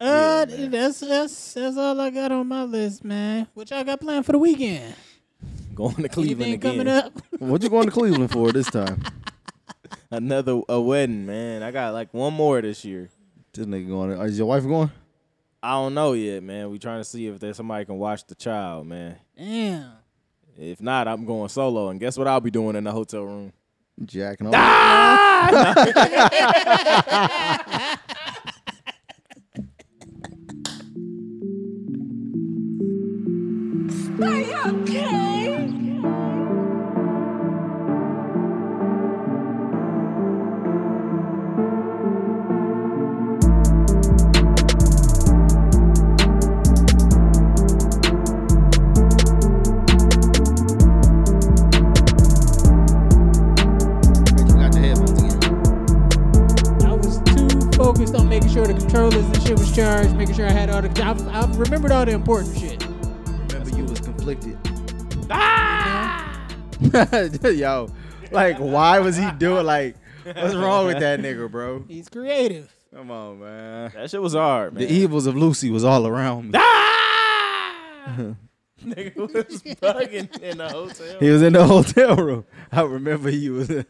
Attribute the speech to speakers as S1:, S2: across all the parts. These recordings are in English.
S1: that Uh, that's that's that's all I got on my list, man. What y'all got planned for the weekend?
S2: Going to
S1: Anything
S2: Cleveland
S1: coming
S2: again.
S1: up?
S3: What you going to Cleveland for this time?
S2: Another a wedding, man. I got like one more this year.
S3: This nigga going. Is your wife going?
S2: I don't know yet, man. We trying to see if there's somebody can watch the child, man.
S1: Damn.
S2: If not, I'm going solo. And guess what I'll be doing in the hotel room?
S3: Jacking off. You got your headphones again.
S1: I was too focused on making sure the controllers and shit was charged, making sure I had all the. I, I remembered all the important shit.
S3: Remember, you was conflicted. Yo, like, why was he doing like? What's wrong with that nigga, bro?
S1: He's creative.
S3: Come on, man.
S2: That shit was hard, man.
S3: The evils of Lucy was all around me.
S2: Ah! nigga was bugging in the hotel.
S3: He was in the hotel room. I remember you was.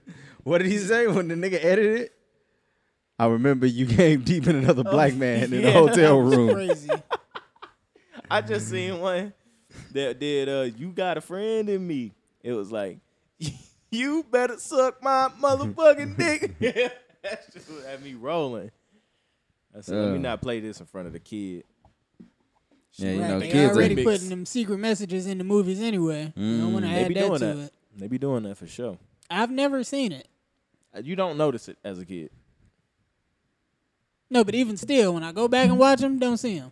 S3: what did he say when the nigga edited it? I remember you came deep in another black man in the
S2: yeah.
S3: hotel room.
S1: Crazy.
S2: I just seen one that did uh you got a friend in me. It was like you better suck my motherfucking dick. That shit was had me rolling. I said, let me
S3: Uh.
S2: not play this in front of the kid.
S3: Yeah, you
S1: right,
S3: know,
S1: they
S3: kids
S1: already
S3: are,
S2: big.
S1: putting them secret messages in the movies anyway. You don't want to
S2: Mm, They
S1: add
S2: be
S1: that to
S2: doing that.
S1: it.
S2: They be doing that for sure.
S1: I've never seen it.
S2: Uh, You don't notice it as a kid.
S1: No, but even still, when I go back and watch them, don't see them.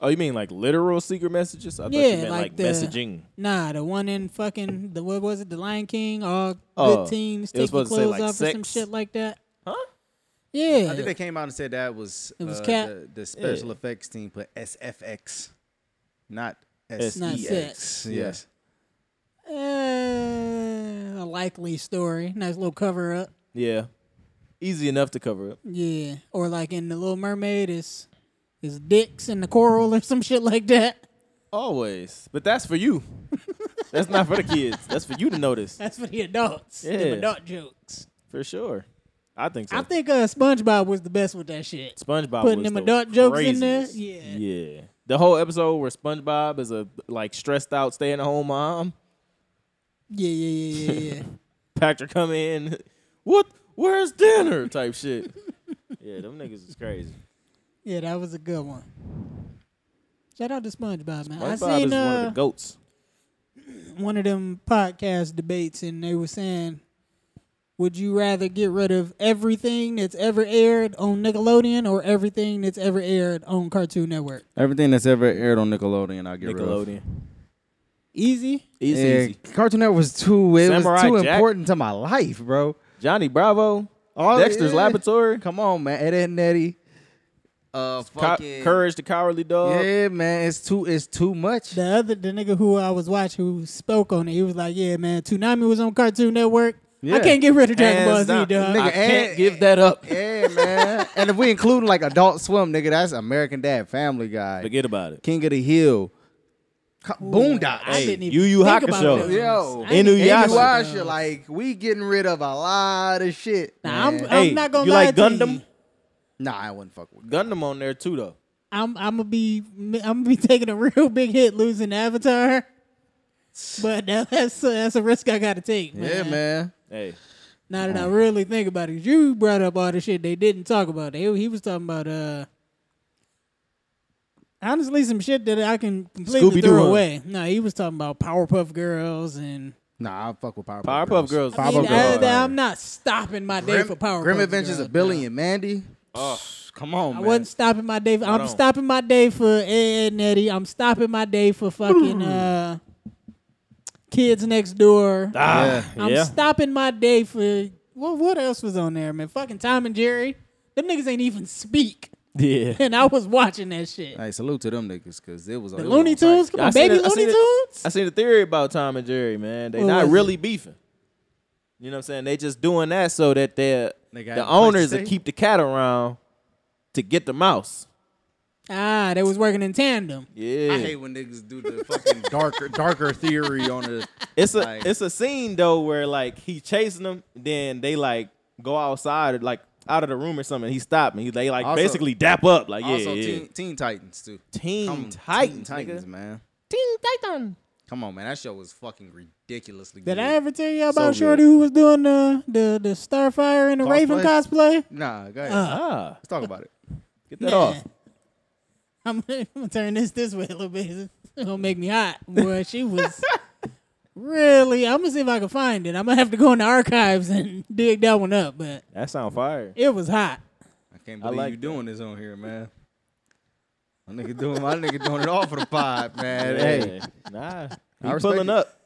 S2: Oh, you mean like literal secret messages? I thought
S1: Yeah,
S2: you meant
S1: like
S2: like,
S1: the-
S2: messaging.
S1: Nah, the one in fucking the what was it? The Lion King. All
S2: Oh,
S1: good teens
S2: it was
S1: take your
S2: supposed to say,
S1: clothes
S2: like,
S1: off or some
S2: sex?
S1: shit like that.
S2: Huh?
S1: Yeah.
S3: I think they came out and said that was,
S1: It was
S3: uh,
S1: cat.
S3: The, the special
S2: Yeah.
S3: effects team put SFX, not
S2: S-
S1: Not
S3: SEX.
S1: sex.
S3: Yes.
S1: Uh, a likely story. Nice little cover up.
S2: Yeah. Easy enough to cover up.
S1: Yeah. Or like in The Little Mermaid, it's, it's dicks in the coral or some shit like that.
S2: Always. But that's for you. that's not for the kids. That's for you to notice.
S1: That's for the adults. Them
S2: Yeah.
S1: adult jokes.
S2: For sure. I think so.
S1: I think uh, SpongeBob was the best with that shit.
S2: SpongeBob
S1: Putting
S2: was
S1: them
S2: the
S1: adult jokes in there?
S2: craziest.
S1: Yeah.
S2: Yeah. The whole episode where SpongeBob is a like stressed out stay at home mom.
S1: Yeah, yeah, yeah, yeah, yeah.
S2: Patrick come in. What where's dinner? type shit. yeah, them niggas is crazy.
S1: yeah, that was a good one. Shout out to SpongeBob, man.
S2: SpongeBob
S1: I
S2: is
S1: seen
S2: one of the
S1: uh,
S2: goats.
S1: one of them podcast debates and they were saying would you rather get rid of everything that's ever aired on Nickelodeon or everything that's ever aired on Cartoon Network?
S3: Everything that's ever aired on Nickelodeon, I get rid of.
S2: Nickelodeon.
S1: Easy.
S2: Easy,
S3: Yeah,
S2: easy.
S3: Cartoon Network was too. It was
S2: Samurai
S3: too
S2: Jack.
S3: important to my life, bro.
S2: Johnny Bravo.
S3: All-
S2: Dexter's
S3: yeah.
S2: Laboratory.
S3: Come on, man. Ed, Ed and Eddie.
S2: Co-
S3: Uh, fucking.
S2: Courage the Cowardly Dog.
S3: Yeah, man. It's too. It's too much.
S1: The other the nigga who I was watching who spoke on it, he was like, "Yeah, man, Toonami was on Cartoon Network. I
S3: Yeah.
S1: can't get rid of Dragon Ball
S2: Hands
S1: Z,
S2: down.
S1: dog."
S2: I
S3: Nigga,
S2: can't
S3: and-
S2: give that up.
S3: yeah, man. and if we include like Adult Swim, nigga, that's American Dad, Family Guy,
S2: Forget about it.
S3: King of the Hill, Co-
S1: I
S3: Boondocks.
S2: Hey,
S1: didn't even
S2: Yu Yu
S1: think
S2: Hakusho.
S1: about those ones.
S3: Yo.
S1: I didn't even
S2: Inuyasha.
S1: think about
S3: Inuyasha,
S1: those.
S3: like we getting rid of a lot of shit.
S1: Nah, I'm,
S3: man.
S1: I'm
S2: Hey,
S1: not gonna
S2: you
S1: lie
S2: like
S1: to
S2: Gundam?
S1: you.
S3: nah, I wouldn't fuck with.
S2: Gundam on there too, though.
S1: I'm I'm gonna be I'm gonna be taking a real big hit losing Avatar, but that- that's a, that's a risk I gotta take. Man.
S3: Yeah, man.
S2: Hey,
S1: Now that I really think about it, you brought up all the shit they didn't talk about. They, he was talking about uh, honestly some shit that I can completely
S2: Scooby-Doo,
S1: throw
S2: huh?
S1: away. No, he was talking about Powerpuff Girls and
S3: Nah, I fuck with Powerpuff.
S2: Powerpuff Girls.
S1: I
S3: Powerpuff
S1: mean,
S3: Girls.
S1: other than I'm not stopping my day for Powerpuff
S3: Grim Adventures
S1: Girls,
S3: of Billy
S1: no.
S3: and Mandy.
S2: Oh.
S3: Come on,
S1: I
S3: man.
S1: wasn't stopping my day. For, I'm
S2: on.
S1: stopping my day for Ed and Eddie. I'm stopping my day for fucking uh, Kids Next Door.
S2: Ah,
S1: I'm
S2: yeah.
S1: stopping my day for what? What else was on there, man? Fucking Tom and Jerry. Them niggas ain't even speak,
S2: yeah.
S1: and I was watching that shit.
S3: Hey, salute to them niggas, cause it was
S1: The Looney Tunes, come
S2: I
S1: on,
S2: seen
S1: baby
S2: it- I
S1: Looney
S2: seen it-
S1: Tunes.
S2: I seen a theory about Tom and Jerry, man. They
S1: What
S2: not
S1: was
S2: really beefing. You know what I'm saying? They just doing that so that they're,
S3: They got
S2: the
S3: a place to
S2: owners that
S3: stay.
S2: keep the cat around to get the mouse.
S1: Ah, they was working in tandem.
S2: Yeah,
S3: I hate when niggas do the fucking darker darker theory on it.
S2: It's a
S3: Like-
S2: it's a scene though where like he chasing them, then they like go outside or like out of the room or something. He stopped me. He, they like
S3: Also-
S2: basically dap up like yeah
S3: Also,
S2: yeah.
S3: Teen, teen Titans too.
S2: Teen
S3: Come-
S2: Titans,
S3: Teen Titans,
S2: nigga.
S3: man.
S2: Teen Titan.
S3: Come on, man. That show was fucking ridiculously
S1: Did
S3: good.
S1: I ever tell you about
S3: good.
S1: Shorty who was doing the the the Starfire and the Raven cosplay?
S3: Nah, go ahead.
S1: Uh.
S2: Ah,
S3: Let's talk about it.
S2: get that off.
S1: I'm, I'm gonna turn this this way a little bit. It's gonna make me hot. Boy, she was really. I'm gonna see if I can find it. I'm gonna have to go in the archives and dig that one up. But
S2: That sound fire.
S1: it was hot.
S3: I can't believe
S2: like
S3: you
S2: that.
S3: doing this on here, man. My nigga doing my nigga doing it all for the pod, man. Hey,
S2: Yeah. nah,
S3: I
S2: he
S3: respect
S2: pulling
S3: it.
S2: up.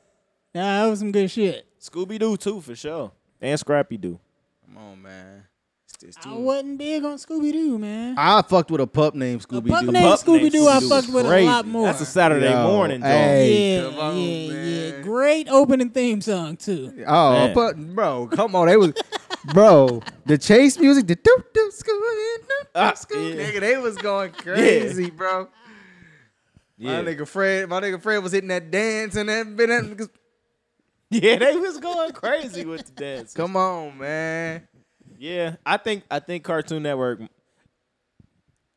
S1: Nah, that was some good shit.
S2: Scooby Doo too for sure, and Scrappy Doo.
S3: come on, man. It's, it's
S1: I
S3: too,
S1: wasn't big on Scooby Doo, man.
S3: I fucked with a pup named
S1: The
S3: Scooby
S1: pup
S3: Doo.
S1: named
S2: Pup
S1: Scooby Doo,
S2: named
S1: I
S2: Scooby-Doo
S1: fucked with a
S2: crazy.
S1: lot more.
S2: That's a Saturday
S3: Yo,
S2: morning, dog.
S3: hey.
S1: yeah,
S3: come on,
S1: yeah, yeah.
S3: man.
S1: Great opening theme song too.
S3: Oh,
S2: Man.
S3: but bro, come on, they was, bro, the chase music, the doo doo Scooby
S2: Ah,
S3: doo Scooby,
S2: yeah.
S3: nigga, they was going crazy, bro.
S2: Yeah.
S3: My nigga Fred, my nigga Fred was hitting that dance and that bit. that niggas-
S2: yeah, they was going crazy with the dance.
S3: Come on, man.
S2: Yeah, I think I think Cartoon Network.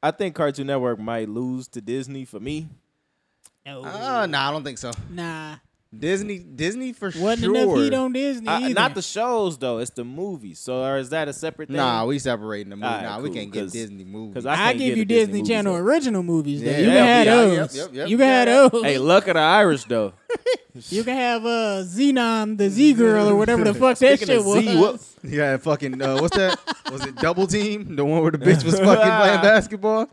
S2: I think Cartoon Network might lose to Disney for me.
S1: No,
S2: Ah,
S3: Uh, nah, I don't think so.
S1: nah,
S3: Disney, Disney for
S1: wasn't
S3: sure.
S1: enough heat on Disney.
S2: I-
S1: either.
S2: not the shows though; it's the movies. So, or is that a separate thing?
S3: Nah, we separating the movie.
S2: Alright,
S3: nah,
S2: cool,
S3: we can't get
S2: 'cause-
S3: Disney movies.
S2: 'cause
S1: I,
S2: can't
S1: give
S2: get
S1: you
S2: a Disney
S1: Disney,
S2: movies
S1: Channel
S2: up.
S1: original movies. though.
S3: Yeah,
S1: you
S2: yeah,
S1: can
S3: yeah,
S1: have
S3: yep,
S1: those.
S3: yep, yep,
S1: you can
S3: yeah,
S1: have
S3: yeah.
S1: those.
S2: hey, luck of the Irish though.
S1: You can have uh, Xenon, the Z girl, or whatever the fuck that
S2: Speaking
S1: shit
S2: of
S1: was.
S2: Z, what-
S3: yeah, fucking uh, what's that? was it Double Team? The one where the bitch was fucking playing basketball?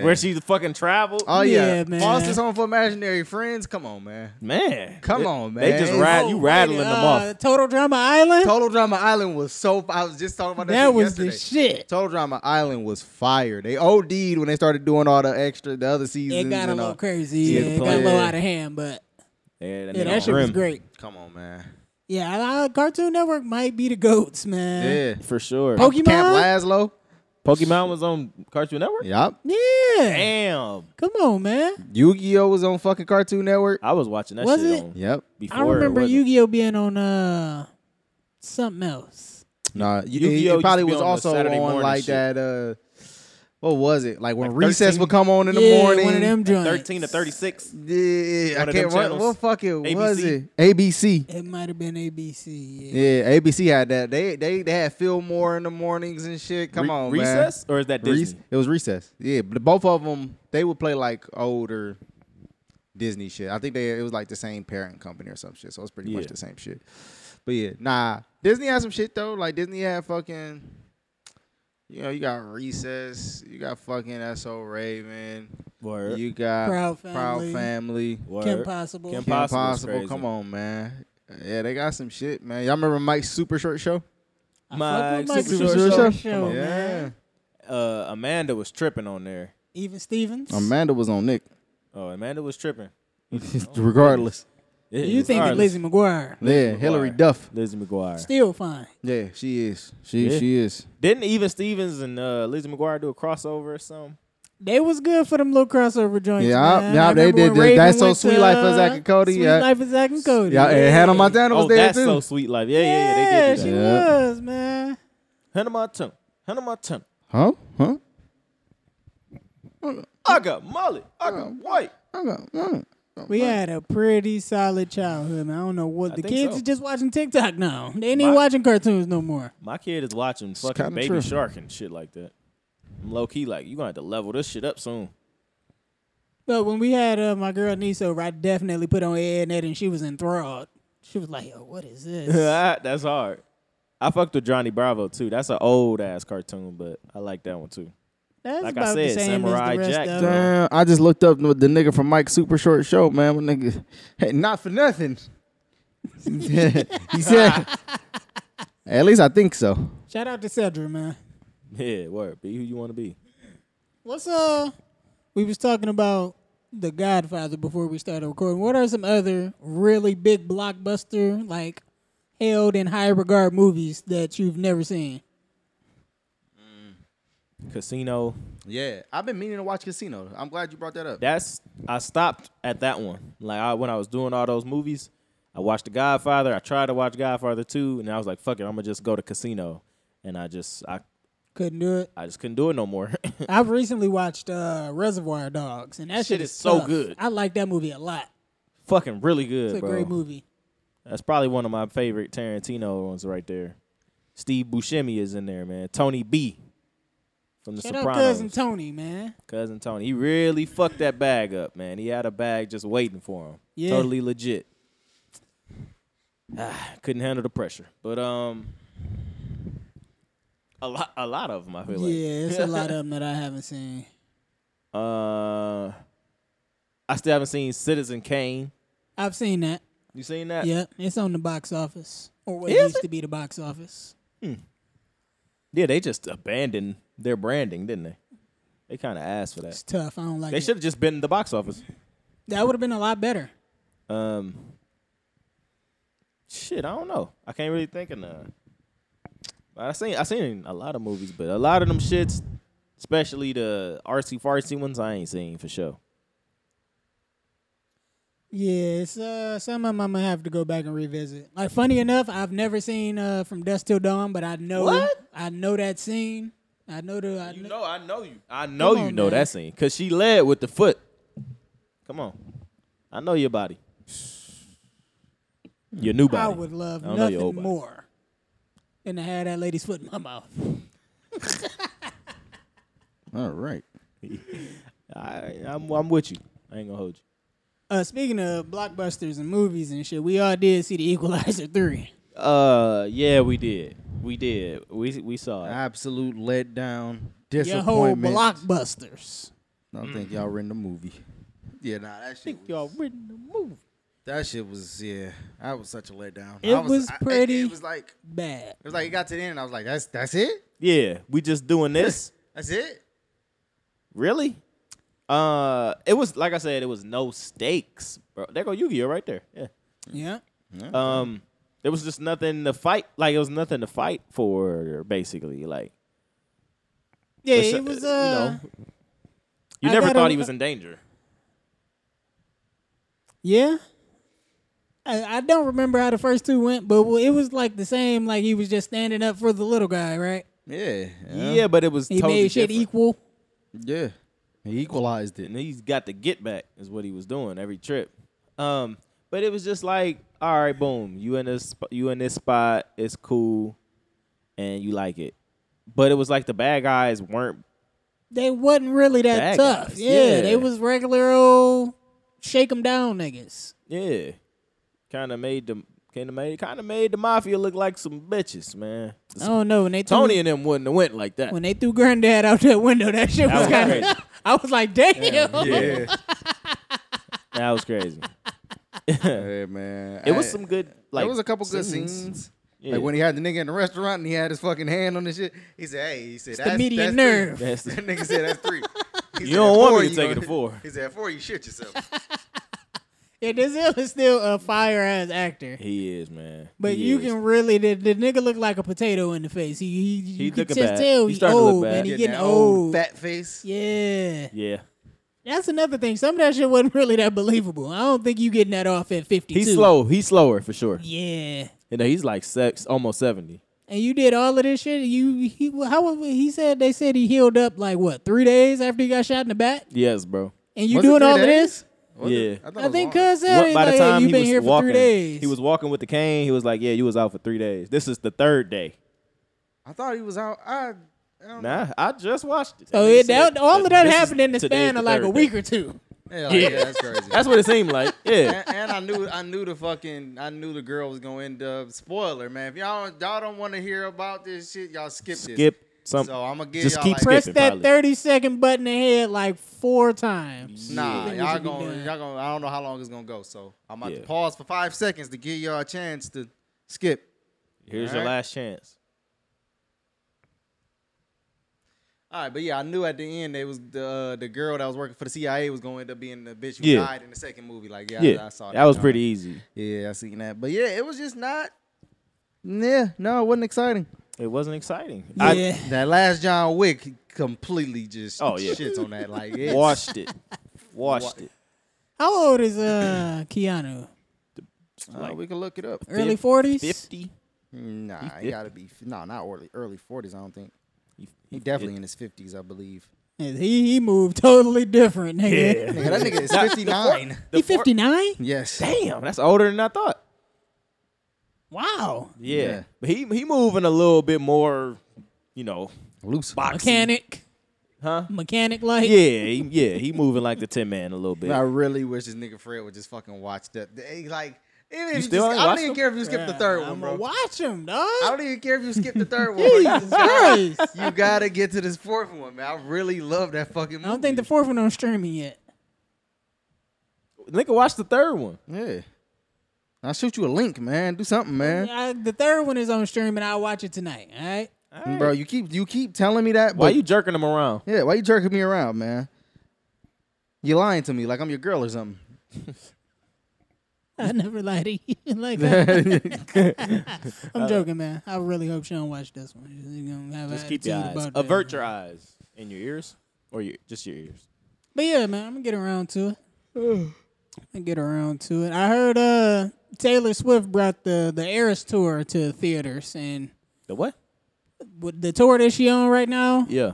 S2: Where she fucking traveled.
S3: Oh yeah,
S1: Yeah, man.
S3: Foster's Home for Imaginary Friends. Come on, man.
S2: man,
S3: Come
S2: They-
S3: on,
S2: They
S3: man.
S2: just ride
S1: Oh,
S2: you
S1: wait,
S2: rattling them
S1: uh,
S2: off.
S1: Total Drama Island.
S3: Total Drama Island was so. I was just talking about that.
S1: that
S3: shit
S1: was
S3: yesterday.
S1: the shit.
S3: Total Drama Island was fire. They OD'd when they started doing all the extra, the other seasons.
S1: It got a
S3: and uh, all.
S1: little crazy.
S2: Yeah,
S1: Yeah,
S2: the
S1: it got a little
S3: plan.
S1: out of hand, but
S2: Yeah,
S1: yeah, that shit was great.
S3: Come on, man.
S1: Yeah, I- I- Cartoon Network might be the goats, man.
S3: Yeah.
S2: for sure.
S1: Pokemon?
S3: Camp Laszlo.
S2: Pokemon was on Cartoon Network.
S3: Yup.
S1: Yeah,
S2: Damn,
S1: come on, man.
S3: Yu-Gi-Oh was on fucking Cartoon Network.
S2: I was watching that
S1: Was
S2: shit
S1: it?
S2: on
S3: Yep.
S2: before.
S1: I remember
S2: wasn't-
S1: Yu-Gi-Oh being on uh something else.
S3: Nah, you,
S2: Yu-Gi-Oh used
S3: Yu-Gi-Oh
S2: to
S3: probably
S2: be
S3: was
S2: on the
S3: also
S2: Saturday
S3: on
S2: morning
S3: like
S2: shit.
S3: that. uh What was it? Like when
S2: Like
S3: recess
S2: 13?
S3: would come on in the
S1: yeah,
S3: morning.
S1: one of them joints.
S2: Thirteen to thirty six. One
S3: Yeah, I
S2: of
S3: can't.
S2: them
S3: What, what
S2: channels.
S3: fuck it was
S2: ABC?
S3: it? ABC.
S1: It might have been ABC. Yeah.
S3: Yeah, ABC had that. They they they had Fillmore in the mornings and shit. Come
S2: Re-
S3: on,
S2: recess or is that
S3: man. Re-
S2: Disney?
S3: it was recess. Yeah, but both of them they would play like older Disney shit. I think they it was like the same parent company or some shit. So it's pretty much
S2: Yeah.
S3: the same shit. But yeah, nah. Disney had some shit though. Like Disney had fucking. You know, you got Recess, you got fucking S.O. Raven,
S2: Word.
S3: you got
S1: Proud Family.
S3: Proud Family.
S2: Word.
S1: Kim Possible.
S2: Kim
S3: Kim
S2: Possible was
S3: Possible,
S2: crazy.
S3: come on, man. Yeah, they got some shit, man. Y'all remember Mike's Super Short Show?
S1: I fuck with
S2: Mike's
S1: Mike's
S2: Super
S1: Super
S2: Show.
S1: Show,
S2: Come on,
S1: man.
S2: uh, Amanda was tripping on there.
S1: Even Stevens.
S3: Amanda was on Nick.
S2: Oh, Amanda was tripping.
S3: Regardless,
S2: Yeah,
S1: you
S2: it's
S1: think that
S2: Ireland.
S1: Lizzie McGuire
S3: yeah,
S2: McGuire.
S3: Hillary Duff.
S2: Lizzie McGuire.
S1: still fine?
S3: Yeah, she is. She
S2: Yeah.
S3: she is.
S2: Didn't even Stevens and uh, Lizzie McGuire do a crossover or something?
S1: They was good for them little crossover joints.
S3: Yeah,
S1: man.
S3: yeah,
S1: I
S3: they
S1: remember
S3: did
S1: when
S3: that.
S1: Raven
S3: That's So
S1: went
S3: Sweet
S1: to,
S3: Life of
S1: uh,
S3: Zack and Cody,
S1: Sweet
S3: yeah.
S1: Life of Zack and Cody.
S3: Yeah, and Hannah Montana was
S2: oh,
S3: there
S2: that's
S3: too.
S2: so sweet, life. Yeah, yeah, yeah, they
S1: Yeah,
S2: did do
S1: she
S2: that.
S3: Yeah.
S1: was man.
S2: Hannah Montana. Hannah Montana.
S3: Huh? Huh?
S2: I got Molly. I got White.
S3: I got- mm.
S1: We had a pretty solid childhood. Man. I don't know what the
S2: think
S1: kids
S2: so.
S1: are just watching TikTok now. They ain't even
S2: My-
S1: watching cartoons no more.
S2: My kid is watching fucking
S3: kinda
S2: Baby
S3: true.
S2: Shark and shit like that. I'm low key like you gonna have to level this shit up soon.
S1: But when we had uh, my girl niece over, I definitely put on Ed and Ed, and she was enthralled. She was like, "Yo, what is this?"
S2: that's hard. I fucked with Johnny Bravo too. That's an old ass cartoon, but I like that one too.
S1: That's
S2: Like I
S1: about the
S2: said,
S1: same as
S2: Samurai
S1: the rest
S2: Jack,
S1: of it.
S3: Damn, I just looked up the the nigga from Mike's Super Short Show, man. My nigga, hey, not for nothing. he said. At least I think so.
S1: Shout out to Cedric, man.
S2: Yeah, word. Be who you want to be.
S1: What's uh? We was talking about The Godfather before we started recording. What are some other really big blockbuster, like held in high regard movies that you've never seen?
S2: Casino.
S3: Yeah, I've been meaning to watch Casino. I'm glad you brought that up.
S2: That's I stopped at that one. Like I, when I was doing all those movies, I watched The Godfather. I tried to watch Godfather two, and I was like, "Fuck it, I'm gonna just go to Casino." And I just I
S1: Couldn't do it.
S2: I just couldn't do it no more.
S1: I've recently watched uh, Reservoir Dogs, and that shit,
S2: Shit
S1: is
S2: is so
S1: tough.
S2: good.
S1: I like that movie a lot.
S2: Fucking really good,
S1: It's a
S2: bro.
S1: great movie.
S2: That's probably one of my favorite Tarantino ones right there. Steve Buscemi is in there, man. Tony B from The
S1: Shout out
S2: Sopranos.
S1: cousin Tony, man.
S2: Cousin Tony. He really fucked that bag up, man. He had a bag just waiting for him.
S1: Yeah.
S2: Totally legit. Ah, couldn't handle the pressure. But um a lot a lot of them I feel like.
S1: Yeah, it's a lot of them that I haven't seen.
S2: Uh I still haven't seen Citizen Kane.
S1: I've seen that.
S2: You seen that?
S1: Yep, it's on the box office, or what
S2: Is
S1: used to be the box office.
S2: Yeah, they just abandoned their branding, didn't they? They kind of asked for that.
S1: It's tough. I don't like
S2: They
S1: it.
S2: should have just been the box office.
S1: That would have been a lot better.
S2: Um, shit, I don't know. I can't really think of none. But I seen I seen a lot of movies, but a lot of them shits, especially the RC farcy ones, I ain't seen for sure.
S1: Yeah, it's uh, some of them I'm gonna have to go back and revisit. Like, funny enough, I've never seen uh, From Dusk Till Dawn, but I know
S2: What?
S1: I know that scene. I know the. I know,
S2: I know you. I know
S1: Come
S2: you
S1: on,
S2: know
S1: man.
S2: that scene because she led with the foot. Come on, I know your body. Your new body.
S1: Hmm. I would love
S2: I don't know your
S1: nothing
S2: old body.
S1: more than to have that lady's foot in my mouth.
S3: All right.
S2: I, I'm, I'm with you. I ain't gonna hold you.
S1: Uh, speaking of blockbusters and movies and shit, we all did see The Equalizer three.
S2: Uh, yeah, we did. We did. We we saw it.
S3: Absolute letdown,
S1: Your whole
S3: disappointment.
S1: blockbusters.
S3: I don't think y'all were in the movie. Yeah, nah, that shit. Was,
S2: y'all written the movie.
S3: that shit was yeah. That was such a letdown.
S1: It
S3: I
S1: was
S3: I-
S1: pretty-
S3: it, was like it
S1: Bad.
S3: was like it got to the end. and I was like, that's that's it.
S2: Yeah, we just doing this.
S3: That's it.
S2: really? Uh, it was like I said, it was no stakes, bro. There go Yu-Gi-Oh right there. Yeah.
S1: Yeah.
S2: Um, there was just nothing to fight. Like it was nothing to fight for, basically. Like
S1: Yeah,
S2: besi-
S1: it was. Uh,
S2: you know, you
S1: I
S2: never
S1: gotta-
S2: thought he was in danger.
S1: Yeah. I, I don't remember how the first two went, but well, it was like the same. Like he was just standing up for the little guy, right?
S3: Yeah.
S2: Yeah, but it was
S1: He
S2: totally
S1: made shit
S2: different.
S1: equal.
S3: Yeah. He equalized it.
S2: and he's got the get back is what he was doing every trip. Um, but it was just like, all right, boom, you in this, sp- you in this spot, it's cool, and you like it. But it was like the bad guys weren't
S1: They wasn't really that
S2: Bad
S1: tough.
S2: guys,
S1: Yeah,
S2: yeah.
S1: they was regular old shake 'em down niggas.
S2: Yeah, kind of made them. Kind of made kind of made the mafia look like some bitches, man.
S1: I don't know when they threw,
S2: Tony and them wouldn't have went like that.
S1: Oh. when they threw Granddad out that window. That shit
S2: That
S1: was
S2: was
S1: kind of.
S2: crazy.
S1: I was like, damn.
S3: Yeah.
S2: That was crazy.
S3: hey man.
S2: It was
S3: I-
S2: some good. Like
S3: There was a couple good scenes.
S2: Yeah.
S3: Like when he had the nigga in the restaurant and he had his fucking hand on the shit. He said, "Hey," he said,
S1: the
S3: "That's
S1: media
S3: that's
S1: nerve."
S2: That's
S3: Three. That nigga said, "That's three. He
S2: You
S3: said,
S2: don't want
S3: "Four,
S2: me to
S3: you
S2: take it
S3: gonna-
S2: to four."
S3: He said, four, you shit yourself.
S1: Yeah, this Hill is still a fire ass actor.
S2: he is, man.
S1: But
S2: He
S1: you
S2: is.
S1: can really the, the nigga look like a potato in the face. He he, you can
S2: looking
S1: just
S2: bad.
S1: tell
S2: He
S1: he's
S2: starting to look
S1: old
S2: bad.
S1: man. He
S2: Getting
S1: getting
S3: that
S1: old.
S3: fat face.
S1: Yeah,
S2: Yeah,
S1: that's another thing. Some of that shit wasn't really that believable. I don't think you getting that off at fifty.
S2: he's slow. He's slower for sure.
S1: Yeah,
S2: You know, he's like sex, almost seventy.
S1: and you did all of this shit. You he how was- he said they said he healed up like what three days after he got shot in the back,
S2: Yes, bro.
S1: and you
S3: Was it
S1: doing
S3: three
S1: all of
S3: days?
S1: this.
S3: Was it?
S2: Yeah.
S3: thought it
S1: I
S3: was
S1: think
S3: longer.
S1: cuz like,
S2: What- by the
S1: hey,
S2: time
S1: you
S2: he
S1: been
S2: was
S1: here for
S2: walking,
S1: three days.
S2: he was walking with the cane. He was like, "Yeah, you was out for three days. This is the third day."
S3: I thought he was out. I, I don't know.
S2: Nah, I just watched it.
S1: so
S2: And he
S1: Oh, it,
S2: said
S1: that, all of that
S2: this is-
S1: happened in the
S2: today is
S1: span
S2: the
S1: of like
S2: third
S1: a
S2: day.
S1: week or two.
S3: Yeah, like,
S2: Yeah.
S3: yeah, that's crazy.
S2: That's what it seemed like. Yeah.
S3: and, and I knew I knew the fucking I knew the girl was gonna end up spoiler man. If y'all y'all don't want to hear about this shit, y'all skip, this.
S2: skip some.
S3: So I'ma give
S2: just
S3: y'all,
S2: keep
S3: like-
S2: skipping.
S1: Press that
S2: probably.
S1: thirty second button ahead like four times.
S3: Nah,
S1: Then we
S3: y'all
S1: should be
S3: gonna
S1: done.
S3: y'all gonna I don't know how long it's gonna go. So I'm about
S2: Yeah.
S3: to pause for five seconds to give y'all a chance to skip.
S2: Here's
S3: Alright.
S2: your last chance.
S3: All right, but yeah, I knew at the end it was the uh, the girl that was working for the CIA was gonna end up being the bitch who
S2: Yeah.
S3: died in the second movie. Like yeah,
S2: Yeah,
S3: I, I saw that.
S2: that was
S3: coming.
S2: pretty easy.
S3: Yeah, I seen that. But yeah, it was just not. Yeah, no, it wasn't exciting.
S2: It wasn't exciting. I
S1: Yeah.
S3: That last John Wick completely just
S2: Oh, yeah.
S3: shits on that. Like it's,
S2: washed it. Washed it.
S1: How old is uh Keanu?
S3: uh,
S2: Like
S3: we can look it up.
S1: Early forties.
S2: 50.
S3: Nah,
S2: He
S3: it gotta be no, not early early forties. I don't think
S2: He-
S3: he definitely in his fifties. I believe.
S1: He he moved totally different, nigga.
S3: Nigga, that nigga is fifty nine.
S1: He fifty nine.
S3: Yes.
S2: Damn, that's older than I thought.
S1: Wow.
S2: Yeah.
S3: Yeah.
S2: But he he moving a little bit more, you know,
S3: Loose.
S1: Mechanic.
S2: huh?
S1: Mechanic like.
S2: Yeah, he, yeah, he moving like the Tin Man a little bit.
S3: I really wish this nigga Fred would just fucking watch that. They, like, even if you
S2: still
S3: just-
S2: ain't
S3: I
S2: watched
S3: don't even
S2: them?
S3: care if you skip the third
S1: I'ma
S3: one, bro.
S1: Watch him,
S3: I
S1: dog.
S3: don't even care if you skip the third one. bro. You just gotta-
S1: Christ.
S3: you gotta get to this fourth one, man. I really love that fucking movie.
S1: I don't think the fourth one on streaming yet.
S2: Nigga, watch the third one.
S3: Yeah. I'll shoot you a link, man. Do something, man.
S1: I, the third one is on streaming. I'll watch it tonight. All right.
S3: Bro, you keep you keep telling me that.
S2: Why
S3: but-
S2: you jerking him around?
S3: Yeah, why you jerking me around, man? You lying to me like I'm your girl or something.
S1: I never lie to you like that.
S3: Uh,
S1: I'm joking, man. I really hope she don't watch this one. She's gonna have
S2: Just
S1: an
S2: keep your
S1: attitude
S2: eyes.
S1: about that.
S2: Avert your eyes and your ears, or your just your ears.
S1: But yeah, man, I'm gonna get around to it. I get around to it. I heard uh Taylor Swift brought the the Eras tour to theaters, and
S2: The what?
S1: with the tour that she on right now,
S2: Yeah.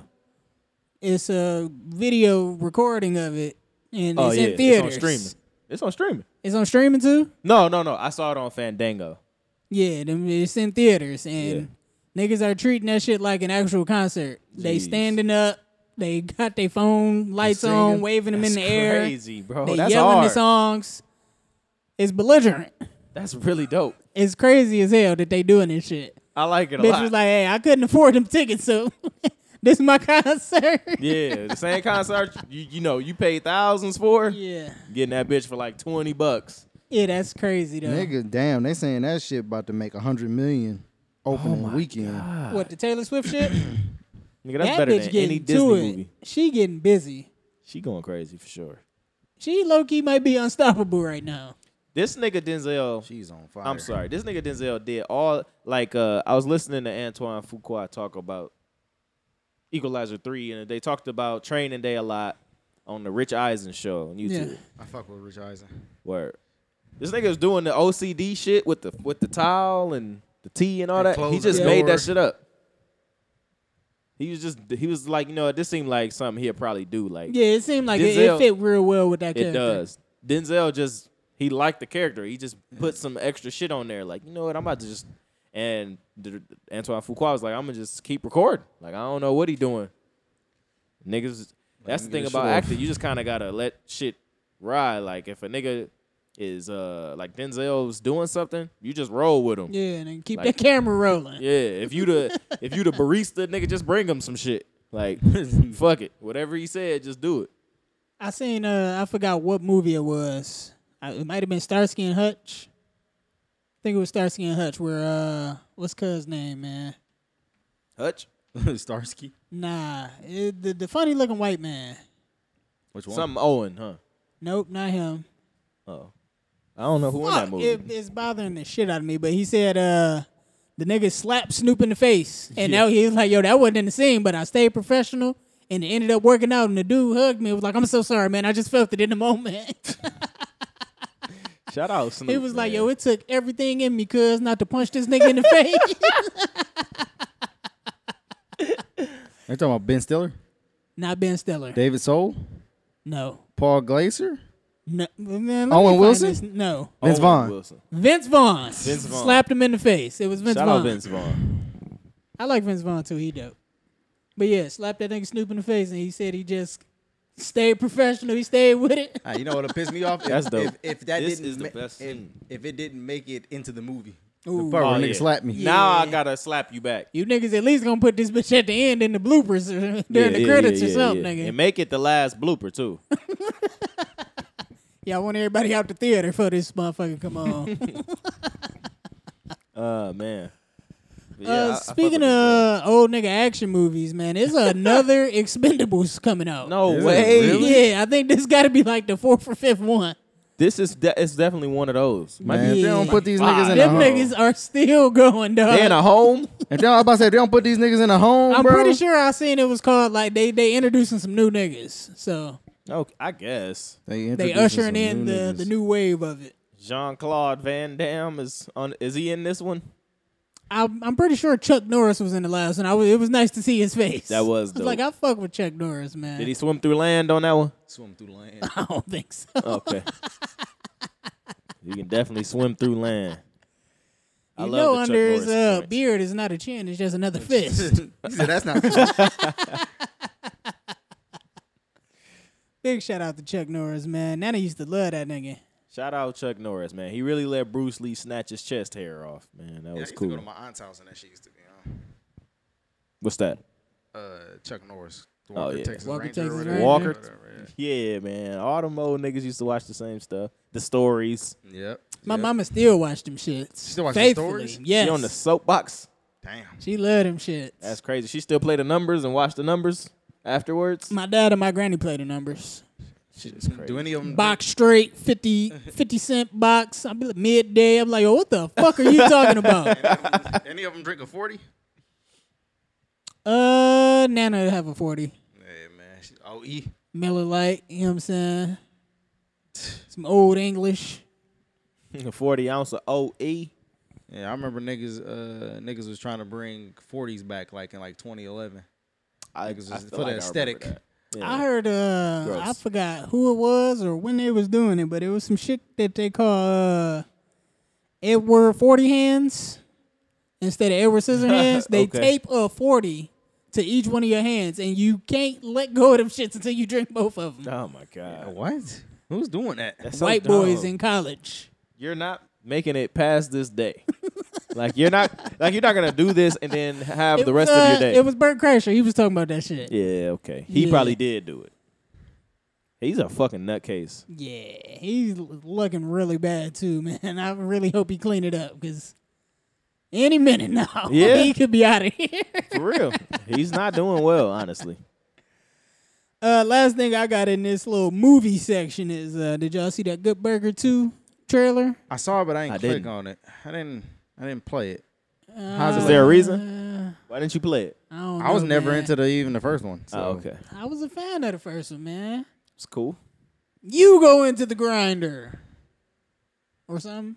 S1: it's a video recording of it, and
S2: oh
S1: it's
S2: yeah.
S1: in theaters.
S2: It's on streaming. It's on streaming.
S1: It's on streaming too.
S2: No, no, no. I saw it on Fandango.
S1: Yeah, them, it's in theaters, and niggas are treating that shit like an actual concert. They
S2: Jeez.
S1: standing up. They got their phone lights on,
S3: singing?
S1: waving them in the air.
S2: crazy, bro.
S1: They
S2: that's
S1: yelling
S2: hard.
S1: the songs. It's belligerent.
S2: That's really dope.
S1: It's crazy as hell that they doing this shit.
S2: I like it a
S1: Bitch
S2: lot.
S1: was like, "Hey, I couldn't afford them tickets, so this is my concert."
S2: yeah, the same concert you you know you pay thousands for.
S1: yeah,
S2: Getting that bitch for like twenty bucks.
S1: yeah, that's crazy though.
S3: Nigga, damn, they saying that shit about to make a hundred million opening weekend.
S1: What the Taylor Swift shit?
S2: Nigga, that's
S1: that
S2: better
S1: bitch
S2: than
S1: getting
S2: any
S1: to
S2: Disney
S1: it.
S2: movie.
S1: She getting busy.
S2: She going crazy for sure.
S1: She low key might be unstoppable right now.
S2: This nigga Denzel.
S3: She's on fire.
S2: I'm sorry. This nigga Denzel did all like uh I was listening to Antoine Fuqua talk about Equalizer 3 and they talked about Training Day a lot on the Rich Eisen show on YouTube.
S1: Yeah.
S3: I fuck with Rich Eisen.
S2: Word. This nigga's doing the OCD shit with the with the towel and the tea and all
S3: And
S2: that. He
S3: close
S2: just
S1: the
S2: made
S3: door.
S2: that shit up. He was just he was like, you know, this seemed like something he'd probably do. Like
S1: Yeah, it seemed like it, it
S2: Denzel-
S1: fit real well with that
S2: it
S1: character.
S2: does. Denzel just he liked the character. He just put some extra shit on there. Like you know what, I'm about to just and the, Antoine Fuqua was like, I'm gonna just keep recording. Like I don't know what he doing. Niggas, that's the
S3: him get
S2: thing
S3: his
S2: about
S3: shit off.
S2: acting. You just kind of gotta let shit ride. Like if a nigga is uh like Denzel's doing something, you just roll with him. Yeah.
S1: Yeah, and then keep
S2: Like-
S1: that camera rolling.
S2: if you the if you the barista, nigga, just bring him some shit. Like fuck it, whatever he said, just do it.
S1: I seen uh I forgot what movie it was. I, it might have been Starsky and Hutch. I think it was Starsky and Hutch where uh what's cuz name, man?
S2: Hutch,
S3: Starsky.
S1: Nah, it, the the funny looking white man.
S3: Which one?
S2: something Owen, huh?
S1: Nope, not him.
S2: Oh. I don't know who in that
S1: Fuck,
S2: movie.
S1: it- it's bothering the shit out of me, but he said uh the nigga slapped Snoop in the face. And now he's like, yo, that wasn't in the scene, but I stayed professional and it ended up working out and the dude hugged me and was like, I'm so sorry, man. I just felt it in the moment.
S2: Shout out Snoop.
S1: It was like,
S2: man.
S1: yo, it took everything in me, cuz, not to punch this nigga in the face.
S3: They're talking about Ben Stiller,
S1: not Ben Stiller.
S3: David Soul,
S1: No.
S3: Paul Glazer,
S1: No. Man, let
S3: Owen
S1: me find
S3: Wilson?
S1: this. No.
S3: Vince
S2: Owen
S3: Vaughn.
S2: Wilson.
S1: Vince Vaughn.
S2: Vince Vaughn.
S1: Slapped him in the face. It was Vince
S2: Shout
S1: Vaughn.
S2: out Vince Vaughn.
S1: I like Vince Vaughn too. He dope. But yeah, slapped that nigga Snoop in the face and he said he just stayed professional. He stayed with it.
S3: Ah, you know what'll piss me off? If,
S2: That's dope.
S3: If, if that
S2: This
S3: didn't
S2: is the
S3: ma-
S2: best
S3: if,
S2: scene.
S3: if it didn't make it into the movie,
S1: Ooh.
S3: the part where
S2: Oh,
S3: nigga
S2: yeah.
S3: slapped me.
S2: Now I
S1: Yeah.
S2: gotta slap you back.
S1: You niggas at least gonna put this bitch at the end in the bloopers or during
S2: Yeah,
S1: the
S2: yeah,
S1: credits
S2: yeah,
S1: or
S2: yeah,
S1: something,
S2: yeah.
S1: nigga.
S2: And make it the last blooper too.
S1: yeah, I want everybody out the theater for this motherfucker. Come on. Uh,
S2: Oh man. But yeah, I- I
S1: Uh,
S2: fuck
S1: speaking
S2: with this
S1: of old nigga action movies, man, there's another Expendables coming out.
S2: man. no
S3: Is it
S2: way.
S3: really?
S1: Yeah, I think this got to be like the fourth or fifth one.
S2: This is de- it's definitely one of those. Might
S3: Man,
S2: be
S3: if they
S1: Yeah.
S3: don't put these niggas in a
S1: Them
S3: home,
S1: niggas are still going, dog.
S2: they in a home.
S3: if they, I was about to say, if they don't put these niggas in a home,
S1: I'm
S3: bro.
S1: pretty sure I seen it was called like they they introducing some new niggas. So
S2: Oh, I guess
S3: they,
S1: they
S3: introducing
S1: ushering
S3: some
S1: in the
S3: niggas.
S1: the new wave of it.
S2: Jean Claude Van Damme is on. Is he in this one?
S1: I'm, I'm pretty sure Chuck Norris was in the last one. I was, it was nice to see his face.
S2: That was
S1: I like
S2: dope.
S1: I fuck with Chuck Norris, man.
S2: Did he swim through land on that one? Swim through land.
S1: I don't think so.
S2: Okay. you can definitely swim through land. I
S1: you
S2: love
S1: know,
S2: the Chuck
S1: under his
S2: Norris
S1: uh,
S2: joints.
S1: beard is not a chin; it's just another fist.
S3: he said, "That's not."
S1: Big shout out to Chuck Norris, man. Nana used to love that nigga.
S2: Shout out Chuck Norris, man. He really let Bruce Lee snatch his chest hair off, man. That was cool.
S3: my aunt's house and that shit used to be um,
S2: What's that?
S3: Uh, Chuck Norris. The
S2: Oh, Walker, yeah. Texas
S1: Walker, Ranger or Texas whatever. Ranger.
S2: Walker. Yeah, man. All them old niggas used to watch the same stuff. The stories.
S3: Yep.
S1: My mama still watched them shits. She
S3: still watch the
S1: faithfully.
S3: stories?
S1: Yes,
S2: She on the soapbox.
S3: Damn.
S1: she loved them shits.
S2: That's crazy. She still play the numbers and watch the numbers afterwards.
S1: my dad and my granny played the numbers.
S2: Shit's crazy.
S3: Do any of them
S1: Box straight, 50, 50 cent box. I'm like midday. I'm like, oh, what the fuck are you talking about?
S3: Any of them drink a forty?
S1: Uh, Nana have a forty.
S3: Yeah, man. She, oh, e.
S1: Miller Lite, you know what I'm saying? Some old English.
S2: A 40 ounce of E. OE.
S3: Yeah, I remember niggas. Uh, niggas was trying to bring forties back, like in like 2011.
S2: I,
S3: Niggas was-
S2: I feel
S3: for the
S2: I remember
S3: aesthetic.
S2: that.
S1: I
S2: Yeah.
S1: heard uh I
S2: Gross.
S1: forgot who it was or when they was doing it, but it was some shit that they call uh Edward forty hands. Instead of Edward scissor hands, they
S2: Okay.
S1: tape a forty to each one of your hands and you can't let go of them shits until you drink both of them.
S2: Oh my god.
S3: What? Who's doing that?
S2: That's so
S1: White boys
S2: dumb.
S1: in college.
S2: you're not making it past this day. like you're not like you're not gonna do this and then have
S1: It
S2: the
S1: was,
S2: rest of your
S1: uh,
S2: day.
S1: It was Bert Crasher. He was talking about that shit.
S2: yeah, okay. He
S1: Yeah.
S2: probably did do it. He's a fucking nutcase.
S1: Yeah, he's l- looking really bad too, man. I really hope he clean it up because any minute now,
S2: Yeah.
S1: he could be out of here.
S2: For real. He's not doing well, honestly.
S1: Uh, last thing I got in this little movie section is, uh, did y'all see that Good Burger Two trailer?
S3: I saw it, but I didn't
S2: I
S3: click
S2: didn't.
S3: on it. I didn't. I didn't play it.
S2: Is there a reason? Why didn't you play it?
S1: I, Uh, don't
S3: I was
S1: know,
S3: never
S1: man.
S3: into the even the first one. So.
S2: Oh, okay.
S1: I was a fan of the first one, man.
S2: It's cool.
S1: You go into the grinder or something.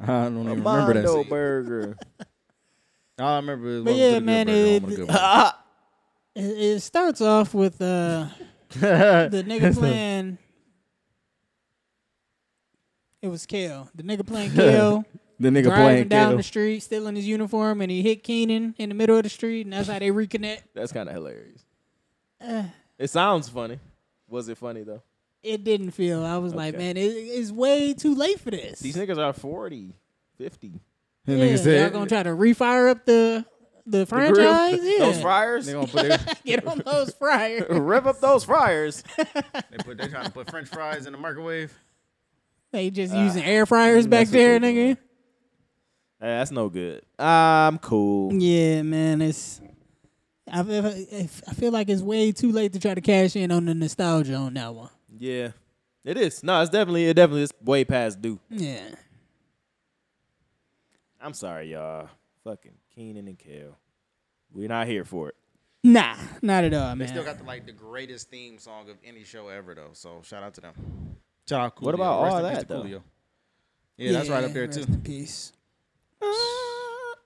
S3: I don't even remember that.
S2: Mondo
S3: scene.
S2: burger.
S3: All I remember is
S1: But
S3: welcome
S1: yeah,
S3: to the
S1: man,
S3: good
S1: it-
S3: burger. home
S1: It, it starts off with uh,
S3: with a good
S1: the nigga playing. It was Kale. The nigga playing Kale.
S3: one. the nigga
S1: driving
S3: playing
S1: down
S3: Kale.
S1: the street, still in his uniform, and he hit Keenan in the middle of the street, and that's how they reconnect.
S2: That's kinda hilarious. It sounds funny. Was it funny though?
S1: It didn't feel. I was like,
S2: Okay.
S1: man, it, it's way too late for this.
S2: These niggas are 40, 50.
S3: The
S1: yeah,
S3: nigga
S1: y'all
S3: said,
S1: gonna try to refire up the the
S2: Grill-
S1: franchise?
S2: Those
S1: yeah,
S2: fryers.
S3: they gonna put their,
S1: get on those fryers.
S2: Rev up those fryers.
S3: they put they trying to put French fries in the microwave.
S1: they just using air fryers back
S2: that's what
S1: there,
S2: they
S1: nigga.
S2: Hey, that's no good. I'm cool.
S1: Yeah, man, it's. I feel, I feel like it's way too late to try to cash in on the nostalgia on that one.
S2: Yeah, it is. No, it's definitely it definitely is way past due.
S1: Yeah.
S2: I'm sorry, y'all. Fucking Keenan and Kel. We're not here for it.
S1: Nah, not at all, man.
S3: They still got the, like the greatest theme song of any show ever though. So shout out to them. Shout out Coolio.
S2: What about
S3: Rest
S2: all
S3: in peace
S2: that,
S3: to
S2: though?
S3: Coolio. Yeah, that's right up there
S1: rest
S3: too.
S1: in peace.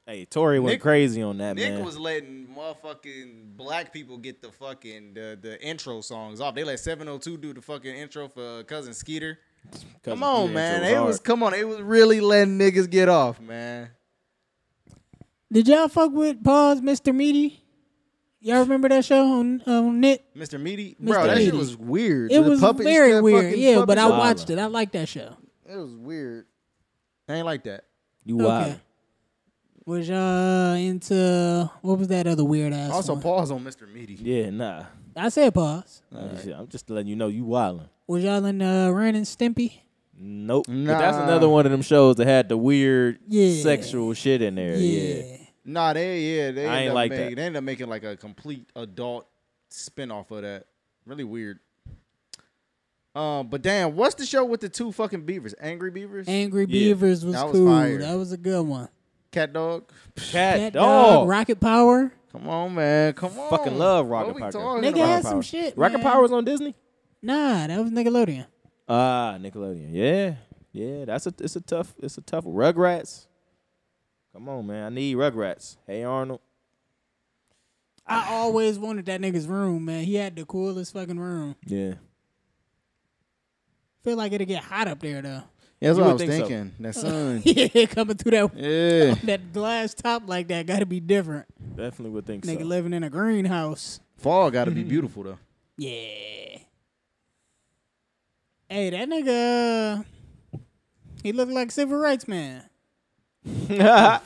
S2: Hey, Tori went
S3: Nick-
S2: crazy on that
S3: Nick
S2: man.
S3: was letting motherfucking black people get the fucking the, the intro songs off. They let 702 do the fucking intro for uh, cousin Skeeter.
S2: Cousin
S3: Come on,
S2: Kenan
S3: man.
S2: chose
S3: It
S2: hard.
S3: was come on. It was really letting niggas get off, man.
S1: Did y'all fuck with Paul's Mr. Meaty? Y'all remember that show on on Nick?
S3: Mr. Meaty, bro, that shit
S1: Meaty.
S3: was weird.
S1: It
S3: The
S1: was
S3: puppets,
S1: very
S3: that
S1: weird.
S3: fucking
S1: Yeah, but I
S2: puppets.
S1: watched it. I like that show.
S3: puppet- it was weird. I ain't like that.
S2: You
S1: Okay.
S2: wild.
S1: Was y'all into what was that other weird ass?
S3: Also,
S1: one?
S3: pause on Mr. Meaty.
S2: Yeah, nah.
S1: I said pause.
S2: Shit, I'm just letting you know you wildin'.
S1: Was y'all in uh, Ren and Stimpy?
S2: Nope. But that's
S3: Nah.
S2: another one of them shows that had the weird
S1: Yeah.
S2: sexual shit in there. Yeah.
S3: Nah, they yeah, they
S2: I
S3: end
S2: ain't
S3: up
S2: like
S3: making,
S2: that.
S3: They end up making like a complete adult spin off of that. Really weird. Um, but damn, what's the show with the two fucking beavers? Angry Beavers,
S1: Angry
S2: Yeah,
S1: Beavers was,
S3: that was
S1: cool.
S3: fire.
S1: That was a good one.
S3: Cat Dog.
S2: Cat,
S1: Cat
S2: dog.
S1: Dog, Rocket Power.
S3: Come on, man. Come on.
S2: Fucking love Rocket
S3: What we
S2: Power.
S3: talking
S1: Nigga
S3: about?
S1: had some shit.
S2: Rocket
S1: man.
S2: Power was on Disney.
S1: Nah, that was Nickelodeon.
S2: Ah, Nickelodeon. Yeah, yeah. That's a it's a tough it's a tough Rugrats. Come on, man. I need Rugrats. Hey Arnold.
S1: I always wanted that nigga's room, man. He had the coolest fucking room.
S2: Yeah.
S1: Feel like it'll get hot up there though.
S3: Yeah, that's
S2: You
S3: what I
S2: would
S3: was
S2: think so.
S3: thinking. That sun.
S1: yeah, coming through that
S3: yeah.
S1: that glass top like that got to be different.
S2: Definitely would think
S1: Nigga
S2: so.
S1: living in a greenhouse.
S3: Fall got to be beautiful though.
S1: Yeah. Hey, that nigga. uh, He looked like civil rights man.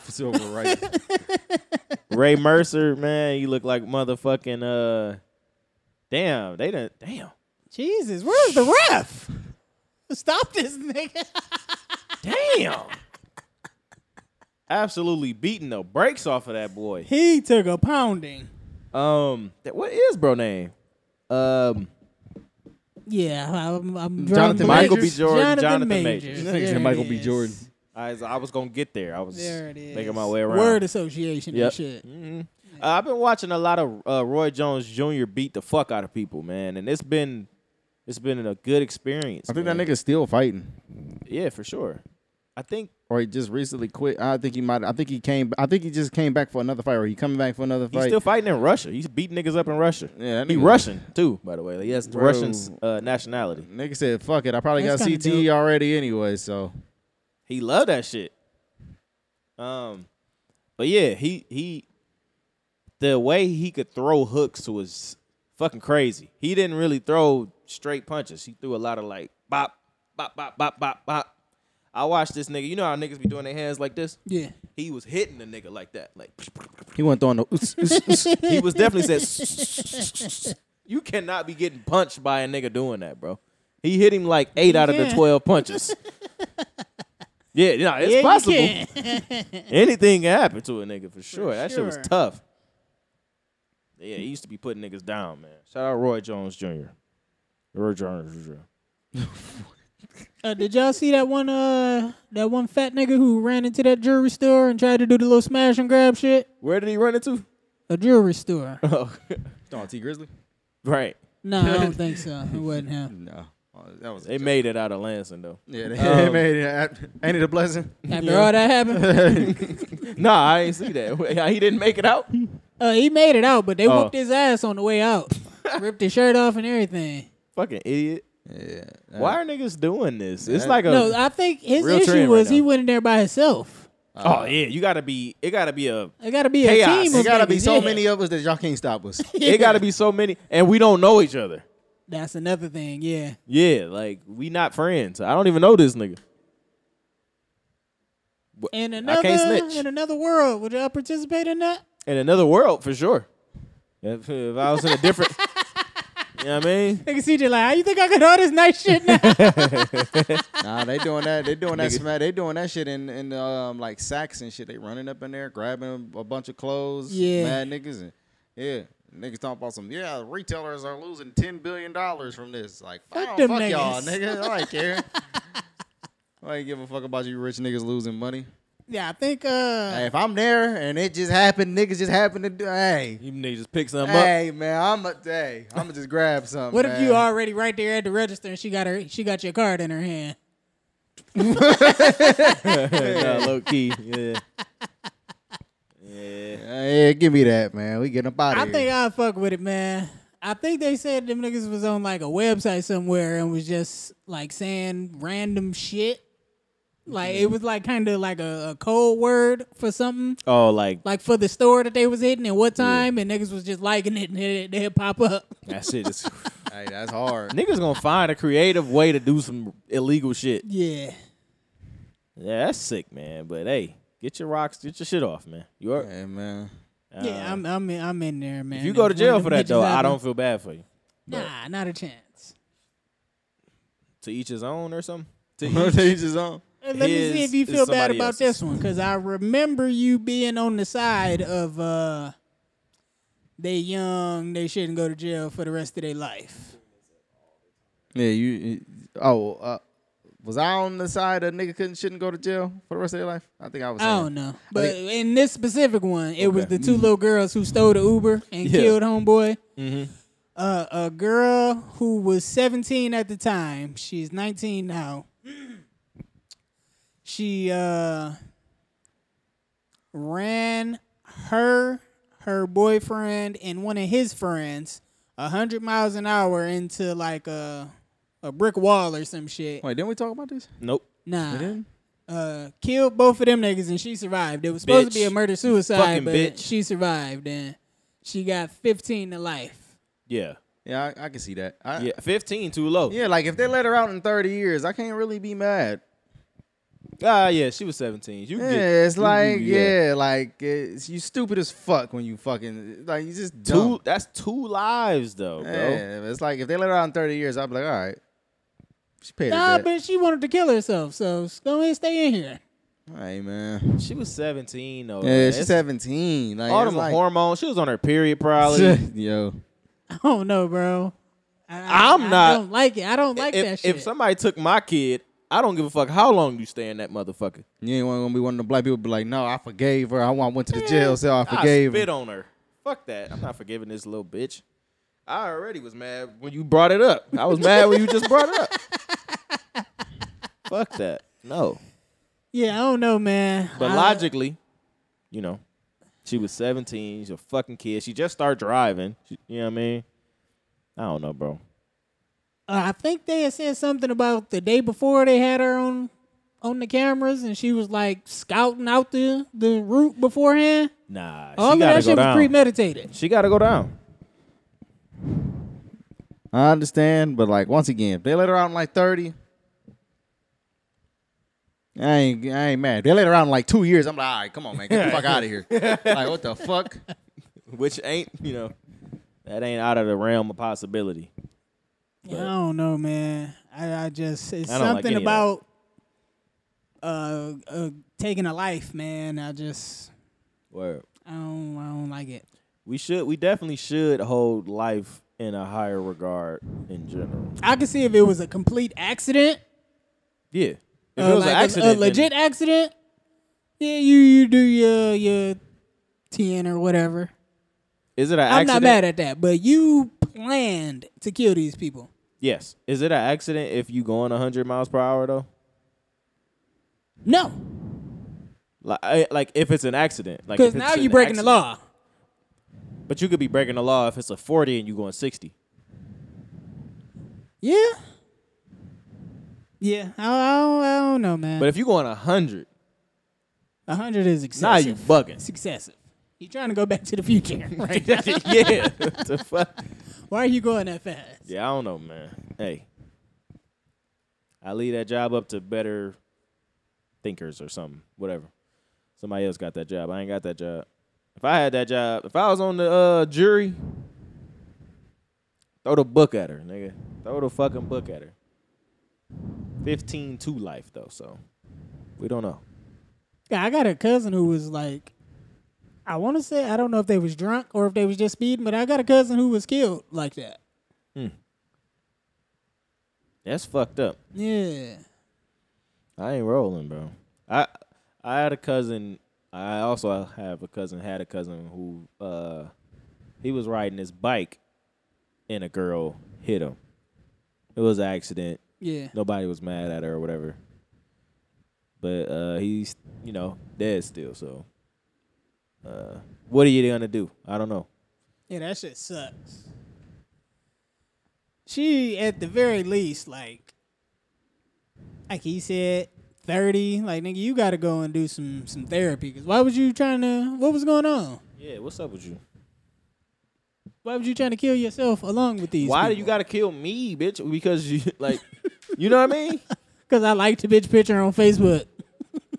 S3: Silver right.
S2: Ray Mercer, man, you look like motherfucking uh Damn, they done damn.
S1: Jesus, where's the ref? Stop this nigga.
S2: Damn. Absolutely beating the brakes off of that boy.
S1: He took a pounding.
S2: Um th- what is bro name? Um
S1: Yeah, I'm,
S2: Hmm.
S1: I'm
S3: Jonathan
S1: drawing
S3: Michael
S1: blanks.
S2: B. Jordan,
S1: Jonathan,
S2: Jonathan
S1: Majors.
S2: Majors.
S3: Nigga said
S1: There it
S3: Michael B.
S1: is.
S3: Jordan.
S2: I, was- I was gonna get there. I was
S1: There it is.
S2: making my way around.
S1: Word association
S2: Yep.
S1: and shit.
S2: Mhm. Uh, I've been watching a lot of uh, Roy Jones Jr. beat the fuck out of people, man, and it's been it's been a good experience.
S3: I think that
S2: man.
S3: nigga's still fighting,
S2: yeah, for sure. I think
S3: or he just recently quit. I think he might. I think he came. I think he just came back for another fight, or he coming back for another
S2: he's
S3: fight.
S2: still fighting in Russia. He's beating niggas up in Russia.
S3: Yeah, that
S2: he
S3: nigga-
S2: Russian too, by the way. He has
S3: Bro.
S2: Russian uh, nationality.
S3: Nigga said, "Fuck it, I probably
S1: That's
S3: got
S1: kinda
S3: CTE
S1: dope.
S3: already anyway." So
S2: He loved that shit. Um, but yeah, he he, the way he could throw hooks was fucking crazy. He didn't really throw straight punches. He threw a lot of like bop, bop, bop, bop, bop, bop. I watched this nigga. You know how niggas be doing their hands like this.
S1: Yeah.
S2: He was hitting the nigga like that. Like
S3: he went throwing the. oots, oots, oots.
S2: he was definitely said. You cannot be getting punched by a nigga doing that, bro. He hit him like eight out of the
S1: can.
S2: twelve punches. yeah, nah, it's
S1: Yeah, you
S2: possible
S1: can.
S2: anything can happen to a nigga for sure. that shit was
S1: sure.
S2: tough. Yeah, he used to be putting niggas down, man. Shout out Roy Jones Jr. Roy Jones Jr.
S1: Uh, did y'all see that one? Uh, that one fat nigga who ran into that jewelry store and tried to do the little smash and grab shit.
S2: Where did he run into?
S1: A jewelry store?
S2: Oh,
S3: Oh, T Grizzly.
S2: right.
S1: No, I don't think so. It wasn't him.
S3: No, Oh, that was
S2: They made it out of Lansing though.
S3: yeah. They,
S2: Um,
S3: they made it. Ain't it a blessing?
S1: After all that happened,
S2: nah, I ain't see that. he didn't make it out.
S1: uh, he made it out, but they
S2: Oh.
S1: whooped his ass on the way out. Ripped his shirt off and everything.
S2: Fucking idiot.
S3: Yeah.
S2: Why are niggas doing this? It's like a. Oh,
S1: No, I think his
S2: Real
S1: issue
S2: trend
S1: was
S2: right
S1: he
S2: now.
S1: went in there by himself.
S2: oh yeah, you gotta be. It gotta be a.
S1: It got to be a
S2: Chaos.
S1: team.
S3: There
S1: of
S3: gotta be
S1: niggas,
S3: so
S1: yeah.
S3: many of us that y'all can't stop us.
S2: It gotta be so many, and we don't know each other.
S1: That's another thing. Yeah.
S2: Yeah, like we not friends. I don't even know this nigga.
S1: In
S2: I can't
S1: another
S2: snitch.
S1: in another world, would y'all participate in that?
S2: in another world for sure. If, if I was in a different, you know what I mean?
S1: Nigga CJ like, how you think I could all this nice shit now?
S3: nah, they doing that. They doing that.
S2: Nigga.
S3: Sma- they doing that shit in in um like sacks and shit. They running up in there, grabbing a bunch of clothes.
S1: Yeah.
S3: mad niggas. And, yeah, niggas talking about some. Yeah, retailers are losing ten billion dollars from this. Like fuck,
S1: Fuck
S3: I don't
S1: them
S3: fuck y'all,
S1: niggas.
S3: nigga. I don't care. I ain't give a fuck about you rich niggas losing money.
S1: yeah, I think uh
S3: Hey, if I'm there and it just happened, niggas just happened to do. Hey,
S2: You niggas just pick something up.
S3: hey, man, I'm a hey, I'm gonna just grab something.
S1: What if
S3: man.
S1: you already right there at the register and she got her she got your card in her hand?
S2: Nah, low key, yeah, yeah.
S3: Hey, give me that, man. We getting up out
S1: I
S3: here.
S1: think I fuck with it, man. I think they said them niggas was on like a website somewhere and was just like saying random shit. Like it was like kind of like a, a code word for something,
S2: Oh, like
S1: like for the store that they was hitting and what time, and niggas was just liking it and it, it pop up.
S2: that shit is.
S3: hey, that's hard.
S2: niggas gonna find a creative way to do some illegal shit.
S1: Yeah,
S2: Yeah, that's sick, man. But hey, get your rocks, get your shit off, man. You are. uh,
S3: Hey, man.
S1: yeah, I'm I'm in, I'm in there, man.
S2: If you go to jail
S1: One of
S2: for
S1: them
S2: that though,
S1: bitches
S2: I
S1: out
S2: don't feel bad for you.
S1: there- Nah, not a chance.
S2: To each his own or something. To each-
S3: Rotates his own.
S1: And let me see
S2: His
S1: if you
S2: is
S1: feel bad
S2: somebody
S1: about
S2: else's.
S1: this one because I remember you being on the side of uh, they young, they shouldn't go to jail for the rest of their life.
S3: Yeah, you. you- Oh, uh, was I on the side that nigga couldn't shouldn't go to jail for the rest of their life? I think I was.
S1: I
S3: saying-
S1: don't know, but in this specific one, it was
S2: Okay.
S1: the two little girls who stole the Uber and
S3: Yeah.
S1: killed homeboy.
S2: Mm-hmm.
S1: Uh, a girl who was 17 at the time. She's 19 now. she uh, ran her, her boyfriend, and one of his friends 100 miles an hour into like a, a brick wall or some shit.
S3: Wait, didn't we talk about this?
S2: Nope.
S1: Nah.
S3: We didn't.
S1: uh, killed both of them niggas and she survived. It was supposed to be
S2: Bitch.
S1: a murder suicide,
S2: Fucking
S1: but
S2: bitch.
S1: she survived and she got 15 to life.
S2: Yeah.
S3: Yeah, I, I can see that. I,
S2: Yeah. Fifteen too low.
S3: Yeah, like if they let her out in 30 years, I can't really be mad.
S2: Ah, yeah. She was seventeen. You
S3: Yeah,
S2: get-
S3: it's
S2: you-
S3: like,
S2: you-
S3: yeah, like it's, you stupid as fuck when you fucking like you just
S2: Two.
S3: dumb.
S2: That's two lives though, bro.
S3: Yeah, it's like if they let her out in 30 years, I'd be like, all right, she paid
S1: Nah,
S3: her debt.
S1: but she wanted to kill herself, so s- go ahead, stay in here.
S3: Hey man,
S2: She was seventeen though. man.
S3: yeah, she's
S2: It's-
S3: 17. Like,
S2: All
S3: it's
S2: them
S3: like-
S2: hormones. She was on her period probably.
S3: yo,
S1: I don't know, bro. I,
S2: I'm
S1: I
S2: not-
S1: don't like it. I don't like
S2: if,
S1: that shit.
S2: if somebody took my kid, I don't give a fuck how long you stay in that motherfucker.
S3: you ain't want to be one of the black people. Be like, no, I forgave her. I want went to the jail cell. I forgave
S2: I spit
S3: her.
S2: on her. Fuck that. I'm not forgiving this little bitch. I already was mad when you brought it up. I was mad when you just brought it up. Fuck that. No.
S1: yeah, I don't know, man.
S2: But
S1: I-
S2: logically, you know, she was 17. She's a fucking kid. She just started driving. She- you know what I mean? I don't know, bro.
S1: uh, I think they had said something about the day before they had her on on the cameras, and she was like scouting out the the route beforehand.
S2: Nah.
S1: All
S2: she
S1: of
S2: gotta
S1: that
S2: go
S1: shit was
S2: down.
S1: premeditated.
S2: She got to go down.
S3: I understand, but like once again, if they let her out in like 30. I ain't, I ain't mad. If They let her out in like two years. I'm like, all right, come on, man, get the fuck out of here. Like, what the fuck?
S2: Which ain't, you know, that ain't out of the realm of possibility.
S1: Yeah, I don't know, man. I, I just it's
S2: I don't like
S1: something
S2: any of
S1: about uh, uh taking a life, man. I just
S2: Word.
S1: I don't I don't like it.
S2: We should. We definitely should hold life in a higher regard in general.
S1: I could see if it was a complete accident,
S2: Yeah. If
S1: uh, like a- a,
S2: then-
S1: legit accident. Yeah, you you do your your ten or whatever.
S2: is it an
S1: I'm
S2: accident?
S1: not mad at that, but you planned to kill these people.
S2: yes. Is it an accident if you going 100 miles per hour though?
S1: No,
S2: Like, I, like if it's an accident, like
S1: because
S2: if it's
S1: now
S2: an
S1: you're breaking the
S2: accident.
S1: law.
S2: But you could be breaking the law if it's a 40 and you going 60.
S1: Yeah, yeah. I, I, don't, I don't know, man.
S2: But if you going 100,
S1: A hundred is excessive.
S2: now you bugging.
S1: It's excessive. You trying to go back to the future, right?
S2: yeah. What the fuck?
S1: Why are you going that fast?
S2: Yeah, I don't know, man. Hey, I leave that job up to better thinkers or something. Whatever. Somebody else got that job. I ain't got that job. If I had that job, if I was on the uh, jury, throw the book at her, nigga. Throw the fucking book at her. 15 to life, though, so we don't know.
S1: Yeah, I got a cousin who was like, I want to say I don't know if they was drunk or if they was just speeding, but I got a cousin who was killed like that.
S2: That's fucked up.
S1: Yeah,
S2: I ain't rolling, bro. I I had a cousin. I also have a cousin. Had a cousin who uh, he was riding his bike, and a girl hit him. It was an accident.
S1: yeah.
S2: Nobody was mad at her or whatever. But uh, he's you know dead still. So, uh, what are you gonna do? I don't know.
S1: Yeah, that shit sucks. She, at the very least, like, like he said, thirty. Like, nigga, you got to go and do some some therapy. Cause why was you trying to? What was going on?
S2: Yeah, what's up with you?
S1: Why was you trying to kill yourself along with these?
S2: Why do
S1: people?
S2: you gotta kill me, bitch? Because you like, you know what I mean?
S1: Cause I liked the bitch picture on Facebook.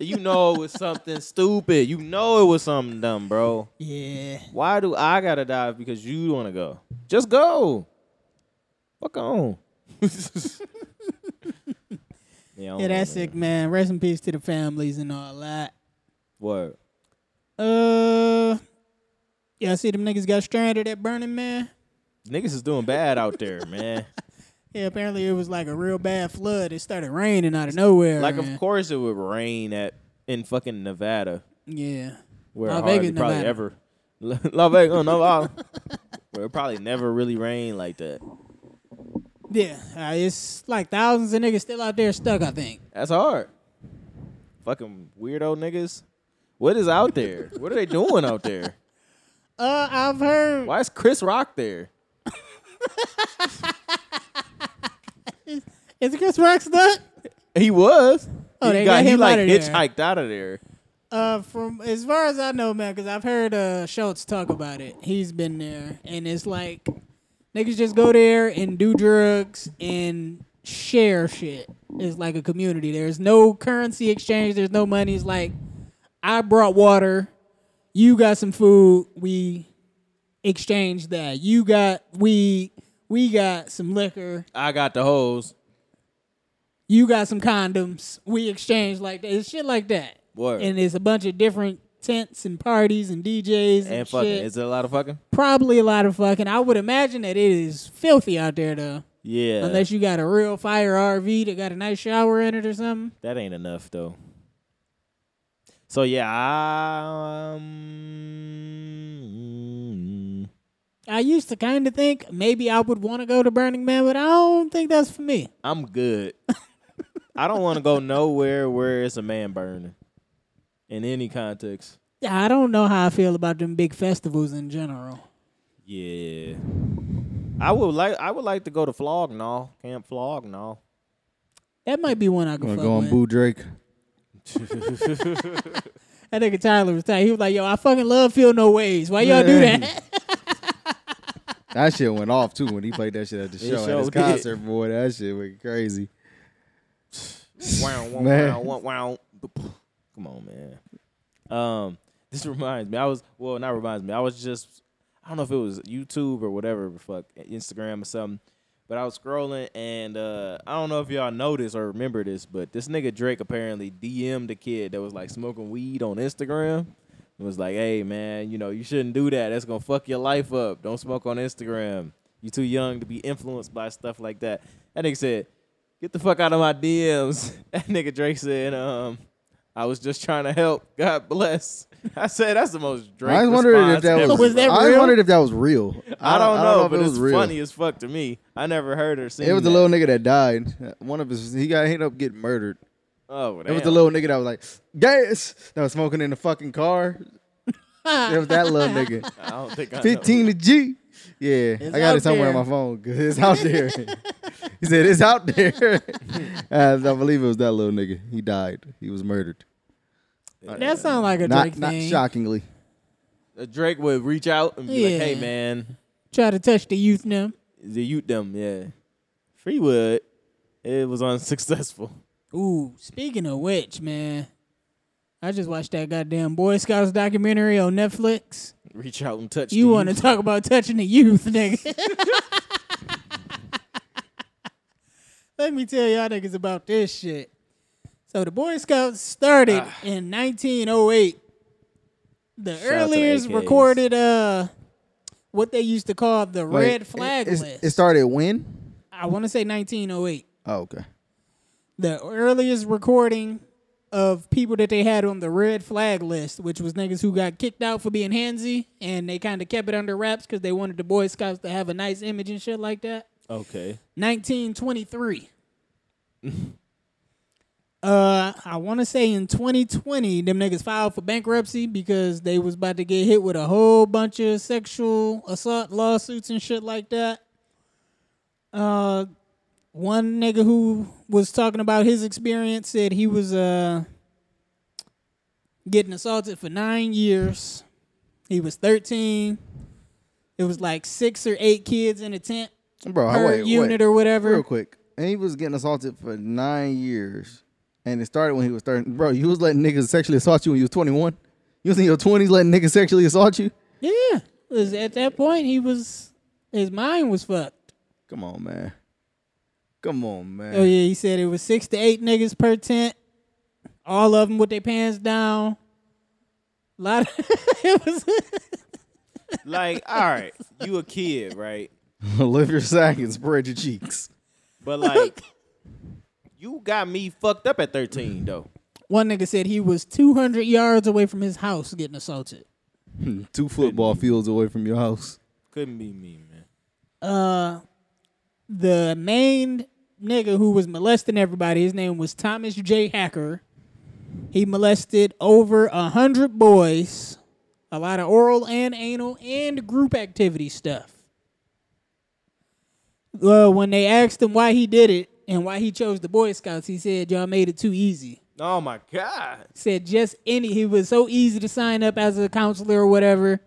S2: You know it was something stupid. You know it was something dumb, bro.
S1: Yeah.
S2: Why do I gotta dive because you wanna go? Just go. Fuck on. yeah, I don't
S1: Yeah, that's
S2: know, man.
S1: sick, man. Rest in peace to the families and all that.
S2: Word.
S1: Uh yeah, I see them niggas got stranded at Burning Man.
S2: Niggas is doing bad out there, man.
S1: Yeah, apparently it was like a real bad flood. It started raining out of nowhere.
S2: Like,
S1: and-
S2: of course it would rain at in fucking Nevada,
S1: Yeah.
S2: where
S1: Las
S2: hardly
S1: Vegas,
S2: probably
S1: Nevada.
S2: ever, La Vegas, Nevada, where it probably never really rained like that.
S1: Yeah. Uh, it's like thousands of niggas still out there stuck, I think.
S2: That's hard. Fucking weirdo niggas. What is out there? what are they doing out there?
S1: Uh, I've heard.
S2: Why is Chris Rock there?
S1: Is Chris Rock stuck?
S2: He was.
S1: Oh,
S2: he
S1: they got
S2: he
S1: him
S2: like
S1: outta there.
S2: hitchhiked out of there.
S1: Uh, from as far as I know, man, because I've heard uh Schultz talk about it. He's been there, and it's like niggas just go there and do drugs and share shit. It's like a community. There's no currency exchange. There's no money. It's like I brought water, you got some food. We exchange that. You got weed. We got some liquor.
S2: I got the hose.
S1: You got some condoms. We exchange like that. It's shit like that.
S2: Word.
S1: And it's a bunch of different tents and parties and DJs and,
S2: And fucking,
S1: shit.
S2: is it a lot of fucking?
S1: Probably a lot of fucking. I would imagine that it is filthy out there though.
S2: Yeah.
S1: Unless you got a real fire RV that got a nice shower in it or something.
S2: that ain't enough though. So yeah, I, um,
S1: I used to kind of think maybe I would want to go to Burning Man, but I don't think that's for me.
S2: I'm good. I don't want to go nowhere where it's a man burning in any context.
S1: Yeah, I don't know how I feel about them big festivals in general.
S2: Yeah. I would like I would like to go to Flognall, Camp Flognall.
S1: That might be one I
S3: I'm
S1: could
S3: gonna
S1: fuck
S3: go on
S1: with.
S3: Boo Drake.
S1: That nigga Tyler was tight. He was like, "Yo, I fucking love feel no ways. Why y'all do that?"
S3: That shit went off too when he played that shit at the show at
S2: sure
S3: his
S2: did.
S3: concert. Boy, that shit went crazy.
S2: wow, wow, wow,
S3: Man.
S2: wow, wow. Come on, man. Um, this reminds me. I was well, not reminds me. I was just I don't know if it was YouTube or whatever, but fuck Instagram or something. But I was scrolling and uh, I don't know if y'all noticed or remember this, but this nigga Drake apparently DM'd the kid that was like smoking weed on Instagram. It was like, hey man, you know you shouldn't do that. That's gonna fuck your life up. Don't smoke on Instagram. You too young to be influenced by stuff like that. That nigga said, get the fuck out of my DMs. That nigga Drake said, um, I was just trying to help. God bless. I said that's the most Drake.
S3: I was wondering
S2: response
S3: if that
S2: ever.
S3: was,
S1: Was that
S3: I
S1: real?
S3: wondered if that was real.
S2: I don't, know,
S3: if
S2: but
S3: it
S2: it's
S3: was real.
S2: funny as fuck to me. I never heard or seen.
S3: It was the
S2: that.
S3: little nigga that died. One of his, he got ended up getting murdered.
S2: Oh,
S3: It was the little nigga that was like, gas, that was smoking in the fucking car. it was that little nigga.
S2: I don't think I know.
S3: 15 to G. Yeah, I got
S1: out
S3: it somewhere
S1: there.
S3: on my phone. 'cause It's out there. he said, it's out there. Uh, I believe it was that little nigga. He died. He was murdered.
S1: that sounds like a
S3: Not,
S1: Drake
S3: not
S1: thing.
S3: shockingly.
S2: Uh, Drake would reach out and be like, "Hey
S1: Yeah.
S2: man,
S1: Try to touch the youth now.
S2: the you them yeah." Freewood, it was unsuccessful.
S1: Ooh, speaking of which, man, I just watched that goddamn Boy Scouts documentary on Netflix.
S2: Reach out and touch.
S1: You
S2: the
S1: want to
S2: youth.
S1: talk about touching the youth, nigga? Let me tell y'all niggas about this shit. So the Boy Scouts started in 1908. The
S2: Ah. out to the
S1: earliest
S2: AKs.
S1: recorded uh what they used to call the
S3: Wait,
S1: red flag
S3: it, it's-
S1: list.
S3: It started when?
S1: I want to say 1908.
S3: Oh, okay.
S1: the earliest recording of people that they had on the red flag list, which was niggas who got kicked out for being handsy, and they kind of kept it under wraps because they wanted the Boy Scouts to have a nice image and shit like that.
S2: Okay,
S1: 1923. uh, I want to say in 2020, them niggas filed for bankruptcy because they was about to get hit with a whole bunch of sexual assault lawsuits and shit like that. Uh, one nigga who was talking about his experience said he was uh getting assaulted for nine years. He was 13. It was like six or eight kids in a tent
S3: Bro,
S1: per
S3: Oh, wait,
S1: unit
S3: wait.
S1: or whatever.
S3: Real quick. And he was getting assaulted for nine years. And it started when he was 30. Bro, you was letting niggas sexually assault you when you was 21? You was in your 20s letting niggas sexually assault you?
S1: Yeah, 'cause at that point he was his mind was fucked.
S3: Come on, man. Come on, man.
S1: Oh yeah, he said it was six to eight niggas per tent, all of them with their pants down. A lot. Of, it was
S2: like all right, you a kid, right?
S3: Lift your sack and spread your cheeks.
S2: But like, you got me fucked up at 13 though.
S1: One nigga said he was 200 yards away from his house getting assaulted.
S3: Two football fields away from your house.
S2: Couldn't be me, man.
S1: The main nigga who was molesting everybody, his name was Thomas J. Hacker. He molested over a 100 boys, a lot of oral and anal and group activity stuff. Well, when they asked him why he did it and why he chose the Boy Scouts, he said, Y'all made it too easy.
S2: Oh my god.
S1: said just any he was so easy to sign up as a counselor or whatever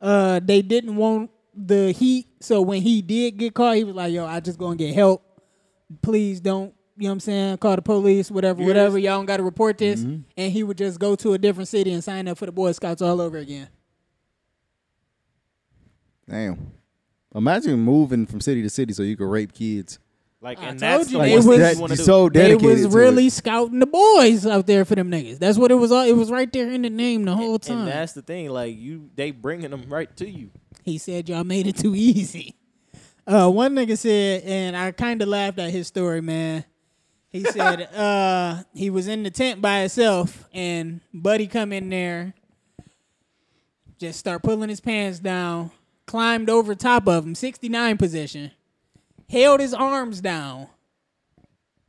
S1: uh they didn't want the heat so when he did get caught he was like yo i just gonna get help please don't you know what i'm saying call the police whatever whatever y'all don't gotta report this
S3: Mm-hmm.
S1: and he would just go to a different city and sign up for the boy scouts all over again
S3: Damn. Imagine moving from city to city so you could rape kids.
S2: Like,
S1: I
S2: and
S1: told
S2: that's
S1: you
S2: the
S1: they
S2: one
S1: was-
S2: you
S1: That-
S2: want to do.
S3: so dedicated.
S1: they was
S3: to
S1: really
S3: it.
S1: scouting the boys out there for them niggas that's what it was all it was right there in the name the whole time
S2: and that's the thing. Like you, they bringing them right to you.
S1: He said y'all made it too easy. Uh, one nigga said, and I kind of laughed at his story, man. He said uh, he was in the tent by himself, and Buddy come in there, just start pulling his pants down, climbed over top of him, sixty nine position, held his arms down,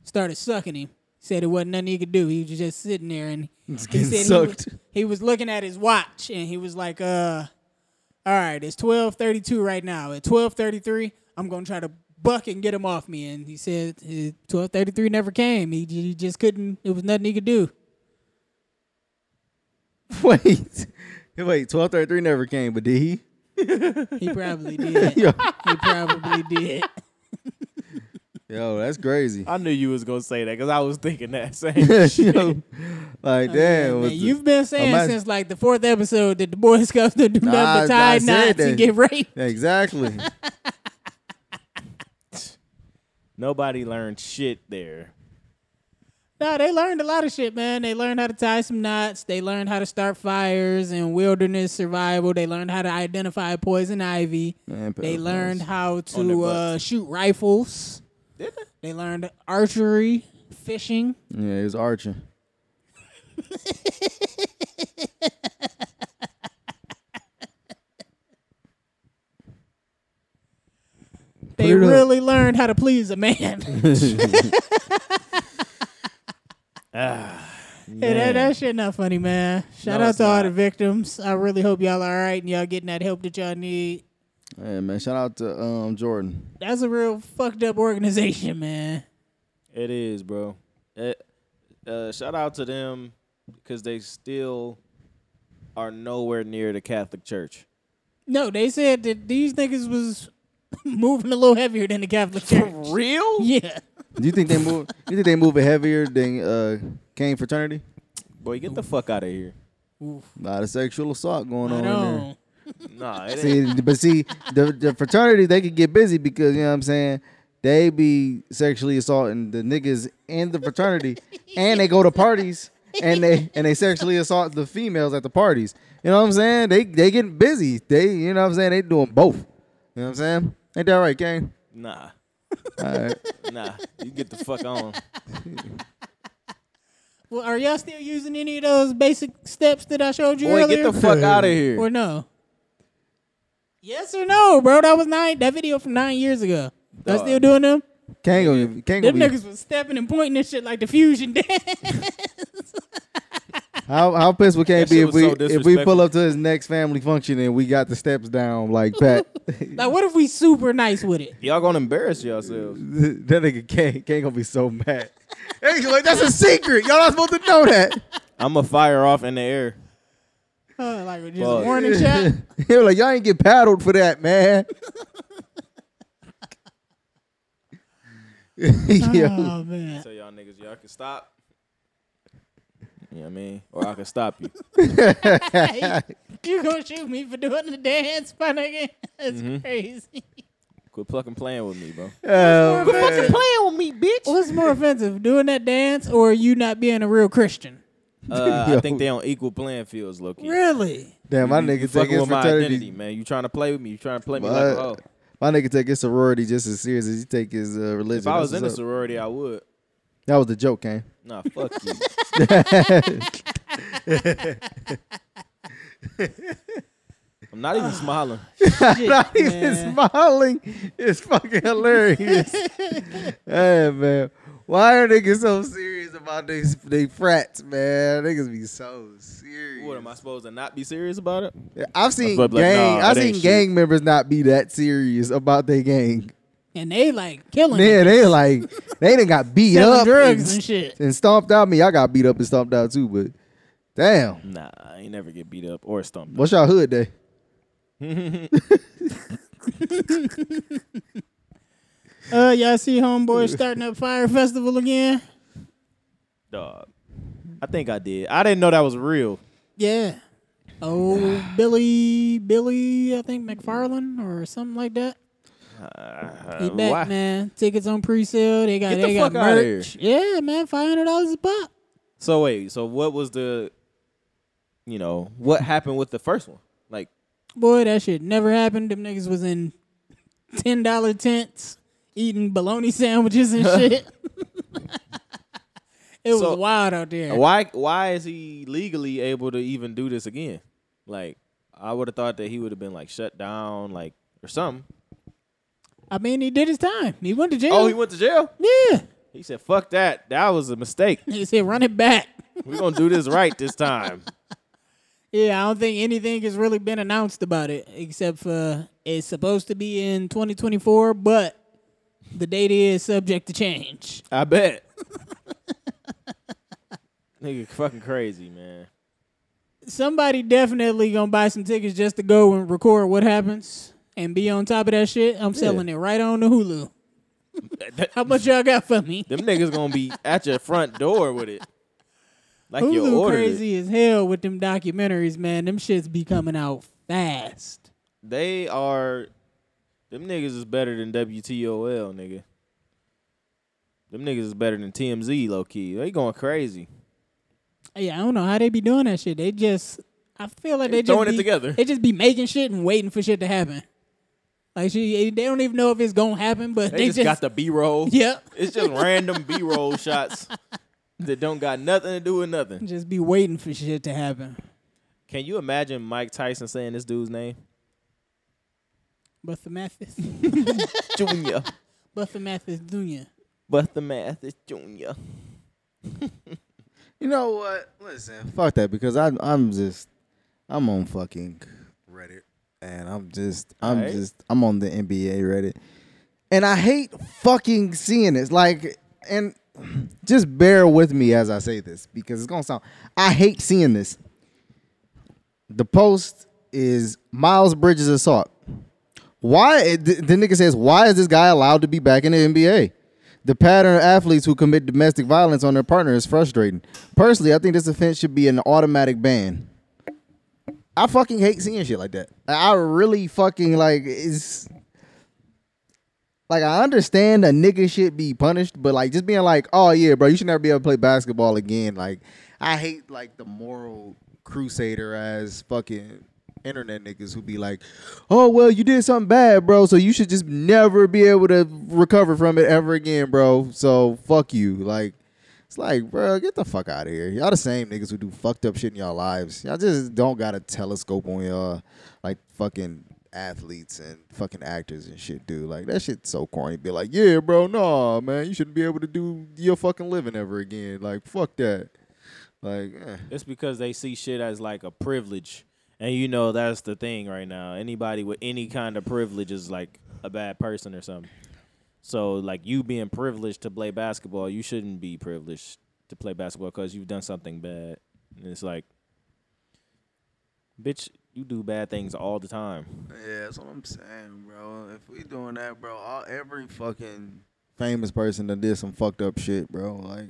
S1: started sucking him. Said it wasn't nothing he could do. He was just sitting there, and he
S3: getting
S1: said he was,
S3: sucked.
S1: he was looking at his watch, and he was like, "Uh." all right, it's 12:32 right now. At 12:33, I'm going to try to buck and get him off me. And he said eh, 12:33 never came. He, he just couldn't. It was nothing he could do.
S3: Wait. Wait, twelve thirty three never came, but did he?
S1: He probably did.
S3: Yo,
S1: He probably did.
S3: yo that's crazy.
S2: I knew you was gonna say that because I was thinking that same.
S3: Yo, like, damn.
S1: Oh, Man,
S3: was
S1: you've been saying
S3: imagine-
S1: since like the fourth episode that the Boy Scouts don't do
S3: Nah,
S1: nothing but
S3: I- I
S1: tie
S3: said
S1: knots
S3: that.
S1: and get raped.
S3: Exactly.
S2: Nobody learned shit there.
S1: No, they learned a lot of shit, man. They learned how to tie some knots. They learned how to start fires and wilderness survival. They learned how to identify poison ivy.
S3: Man,
S1: They
S3: pedophiles.
S1: learned how
S2: On their
S1: to uh,
S2: butts.
S1: shoot rifles.
S2: Did they?
S1: They learned archery, fishing.
S3: Yeah, it was Archer.
S1: They
S3: Put it up.
S1: really learned how to please a man. Hey, that, that shit not funny, man. Shout
S2: No,
S1: out
S2: it's
S1: to all the
S2: not.
S1: victims. I really hope y'all all right and y'all getting that help that y'all need.
S3: Hey man, shout out to um Jordan.
S1: That's a real fucked up organization, man.
S2: It is, bro. It- uh, shout out to them because they still are nowhere near the Catholic Church.
S1: No, they said that these niggas was moving a little heavier than the Catholic Church.
S2: real?
S1: Yeah.
S3: Do you think they move? you think they move it heavier than uh Kane fraternity?
S2: Boy, get the fuck out of here.
S3: A lot of sexual assault going
S1: I
S3: on in there.
S1: know.
S2: Nah, it ain't.
S3: See, but see, the, the fraternity they could get busy because you know what I'm saying they be sexually assaulting the niggas in the fraternity, and they go to parties and they and they sexually assault the females at the parties. You know what I'm saying? They they getting busy. They you know what I'm saying? They doing both. You know what I'm saying? Ain't that right, Kane?
S2: Nah,
S3: All right.
S2: nah. You get the fuck on.
S1: Well, are y'all still using any of those basic steps that I showed you
S2: Boy,
S1: earlier?
S2: get the fuck out of here.
S1: or no? Yes or no, bro? That was nine. That video from nine years ago. Y'all
S2: Dog.
S1: still doing them?
S3: Kane gonna Kane
S1: Them
S3: gonna be,
S1: niggas was stepping and pointing and shit like the fusion dance.
S3: how how pissed would Kane
S2: That
S3: be
S2: shit
S3: if
S2: was
S3: we
S2: so
S3: if we
S2: disrespectful.
S3: pull up to his next family function and we got the steps down like Pat.
S1: like, what if we super nice with it?
S2: Y'all gonna embarrass yourselves.
S3: that nigga Kane, Kane gonna be so mad. He's like, that's a secret. Y'all not supposed to know that.
S2: I'm gonna fire off in the air.
S1: Huh, like just
S2: Fuck.
S1: a warning shot. Oh,
S3: he was like, y'all ain't get paddled for that, man. Yo,
S1: Oh man,
S2: Tell y'all niggas, y'all can stop. You know what I mean? Or I can stop you.
S1: you gonna shoot me for doing the dance, my nigga? That's
S2: Mm-hmm.
S1: crazy.
S2: Quit fucking playing with me, bro.
S3: Oh, man.
S1: playing with me, bitch. What's more offensive, doing that dance or you not being a real Christian?
S2: Uh,
S3: Yo.
S2: I think they on equal playing fields, low key.
S1: Really?
S3: Damn, my
S2: You
S3: nigga
S2: fucking
S3: taking his
S2: with my identity,
S3: fraternity.
S2: man. You trying to play with me? You trying to play me like
S3: But-
S2: oh,
S3: My nigga take his sorority just as serious as he take his uh, religion.
S2: If I was
S3: That's
S2: in a
S3: what's up.
S2: sorority, I would.
S3: that was the joke, Kane.
S2: Nah, fuck you. I'm not even smiling.
S1: Shit,
S3: Not even
S1: man.
S3: smiling. It's fucking hilarious. hey man, why are niggas so serious about these they frats, man? Niggas be so serious.
S2: What am I supposed to not be serious about it?
S3: Yeah, I've seen
S2: supposed to be like,
S3: gang.
S2: nah,
S3: I've
S2: it ain't shit.
S3: seen gang members not be that serious about their gang.
S1: and they like killing
S3: Man,
S1: it,
S3: they like they done got beat
S1: selling
S3: up
S1: drugs and
S3: and,
S1: shit.
S3: and stomped out. Me, I got beat up and stomped out too. But damn,
S2: Nah, I ain't never get beat up or stumped.
S3: what's y'all hood day?
S1: Uh, y'all see homeboy starting up fire festival again?
S2: Dog. I think I did. I didn't know that was real.
S1: Yeah. Oh, Billy, Billy, I think McFarlane or something like that.
S2: Uh,
S1: He back,
S2: why?
S1: man. Tickets on pre-sale. They got
S2: Get the
S1: they
S2: fuck
S1: got
S2: outta
S1: merch. Yeah, man, five hundred dollars a pop.
S2: So wait, so what was the, you know, what happened with the first one? Like,
S1: Boy, that shit never happened. Them niggas was in ten dollar tents eating bologna sandwiches and shit. it
S2: So- uh,
S1: was wild out there.
S2: why why is he legally able to even do this again? Like, I would have thought that he would have been like shut down, like or something.
S1: I mean, he did his time. He went to jail.
S2: Oh, he went to jail.
S1: yeah.
S2: He said, "Fuck that. That was a mistake.
S1: He said, "Run it back."
S2: We're gonna do this right this time."
S1: Yeah, I don't think anything has really been announced about it except for it's supposed to be in 2024, but the date is subject to change.
S2: I bet. Nigga, fucking crazy, man.
S1: Somebody definitely gonna buy some tickets just to go and record what happens and be on top of that shit. I'm selling it right on the Hulu. How much y'all got for me?
S2: Them niggas gonna be at your front door with it, like you
S1: Hulu
S2: ordered. it.
S1: crazy as hell with them documentaries, man. Them shits be coming out fast.
S2: They are them niggas is better than WTOL, nigga. Them niggas is better than TMZ, low key. They going crazy.
S1: Yeah, I don't know how they be doing that shit. They just, I feel like they, just
S2: throwing it
S1: be-
S2: together.
S1: They just be making shit and waiting for shit to happen. Like she, they don't even know if it's gonna happen, but they,
S2: They, just, got the B roll.
S1: yep.
S2: It's just random B roll shots that don't got nothing to do with nothing.
S1: Just be waiting for shit to happen.
S2: Can you imagine Mike Tyson saying this dude's name?
S1: But the Mathis,
S2: Junior.
S1: but the Mathis Junior.
S2: but the math is Junior.
S3: You know what? Listen, fuck that because I'm I'm just I'm on fucking Reddit and I'm just I'm
S2: Alright.
S3: just I'm on the NBA Reddit and I hate fucking seeing this. Like and just bear with me as I say this because it's gonna sound. I hate seeing this. The post is Miles Bridges assault. Why the, the nigga says why is this guy allowed to be back in the NBA? The pattern of athletes who commit domestic violence on their partner is frustrating. Personally, I think this offense should be an automatic ban. I fucking hate seeing shit like that. I I really fucking like it's like I understand a nigga should be punished, but like just being like, oh yeah, bro, you should never be able to play basketball again. Like I hate like the moral crusader as fucking internet niggas who be like, oh well, you did something bad, bro, so you should just never be able to recover from it ever again, bro. So fuck you, like. It's like, bro, get the fuck out of here. Y'all the same niggas who do fucked up shit in y'all lives. Y'all just don't got a telescope on y'all, like fucking athletes and fucking actors and shit, dude. Like that shit's so corny. Be like, yeah, bro, nah, man, you shouldn't be able to do your fucking living ever again. Like, fuck that. Like, eh.
S2: It's because they see shit as like a privilege. And you know that's the thing right now. Anybody with any kind of privilege is like a bad person or something. So like you being privileged to play basketball, you shouldn't be privileged to play basketball because you've done something bad. And it's like, bitch, you do bad things all the time.
S4: Yeah, that's what I'm saying, bro. If we doing that, bro, all, every fucking
S3: famous person that did some fucked up shit, bro. Like,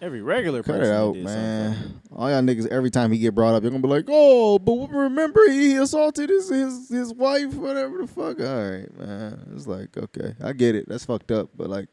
S2: Every regular
S3: cut
S2: person
S3: it
S2: that
S3: out,
S2: did something fucked
S3: man. All y'all niggas, every time he get brought up, you're gonna be like, oh, but remember he assaulted his his his wife, whatever the fuck. All right, man. It's like, okay, I get it. That's fucked up, but like,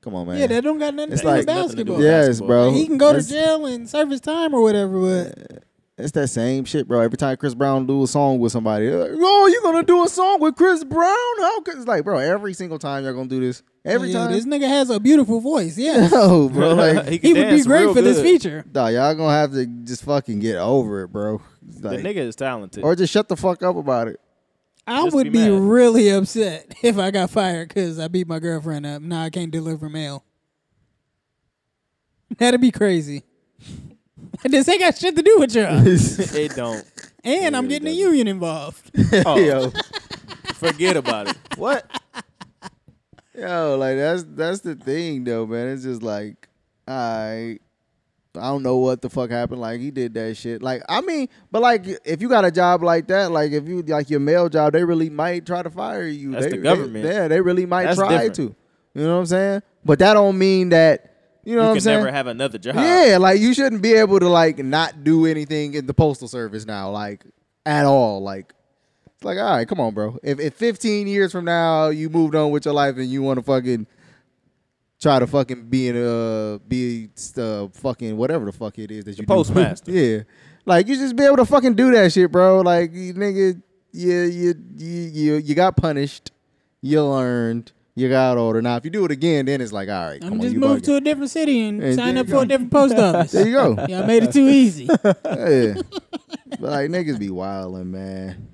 S3: come on, man.
S1: Yeah, that don't got nothing
S3: It's
S1: to do
S3: like
S1: with basketball.
S2: nothing to do with
S3: yes,
S2: basketball.
S3: bro.
S1: He can go to
S3: That's-
S1: jail and serve his time or whatever, but
S3: It's that same shit, bro. Every time Chris Brown do a song with somebody, they're like, oh, you're gonna do a song with Chris Brown? How could it's like, bro? Every single time y'all gonna do this. Every
S1: Yeah,
S3: time,
S1: this nigga has a beautiful voice. Yeah,
S3: no, bro. Like,
S2: He can
S1: he would be
S2: dance
S1: great
S2: real
S1: for this
S2: good.
S1: feature.
S3: nah, y'all gonna have to just fucking get over it, bro. It's
S2: The
S3: like-
S2: nigga is talented.
S3: or just shut the fuck up about it.
S1: I
S2: Just
S1: would
S2: be
S1: be,
S2: mad.
S1: really upset if I got fired because I beat my girlfriend up. Now I can't deliver mail. That'd be crazy. this ain't got shit to do with y'all.
S2: it don't.
S1: And I'm
S2: it
S1: getting the
S2: doesn't.
S1: union involved.
S2: Oh,
S3: Yo,
S2: forget about it. What?
S3: yo, like that's that's the thing though, man. It's just like I I don't know what the fuck happened. Like he did that shit. Like I mean, but like if you got a job like that, like if you like your mail job, they really might try to fire you.
S2: That's
S3: They-
S2: the
S3: they-
S2: government.
S3: yeah, they really might
S2: That's
S3: try
S2: different.
S3: to. You know what I'm saying? But that don't mean that you know
S2: You
S3: what I'm
S2: can
S3: saying.
S2: never have another job.
S3: Yeah, like you shouldn't be able to like not do anything in the postal service now, like at all. Like it's like, all right, come on, bro. If if 15 years from now you moved on with your life and you want to fucking try to fucking be in a be uh fucking whatever the fuck it is that you do.
S2: postmaster.
S3: yeah, like you just be able to fucking do that shit, bro. Like you nigga, you you you you, you got punished, you learned. You got older. Now, if you do it again, then it's like, all right, come
S1: I'm
S3: on,
S1: just
S3: you
S1: moved
S3: bugging.
S1: to a different city and,
S3: And
S1: signed
S3: there
S1: up
S3: you
S1: for a
S3: go.
S1: different post office.
S3: There you go.
S1: Y'all made it too easy.
S3: Yeah. but like niggas be wilding, man.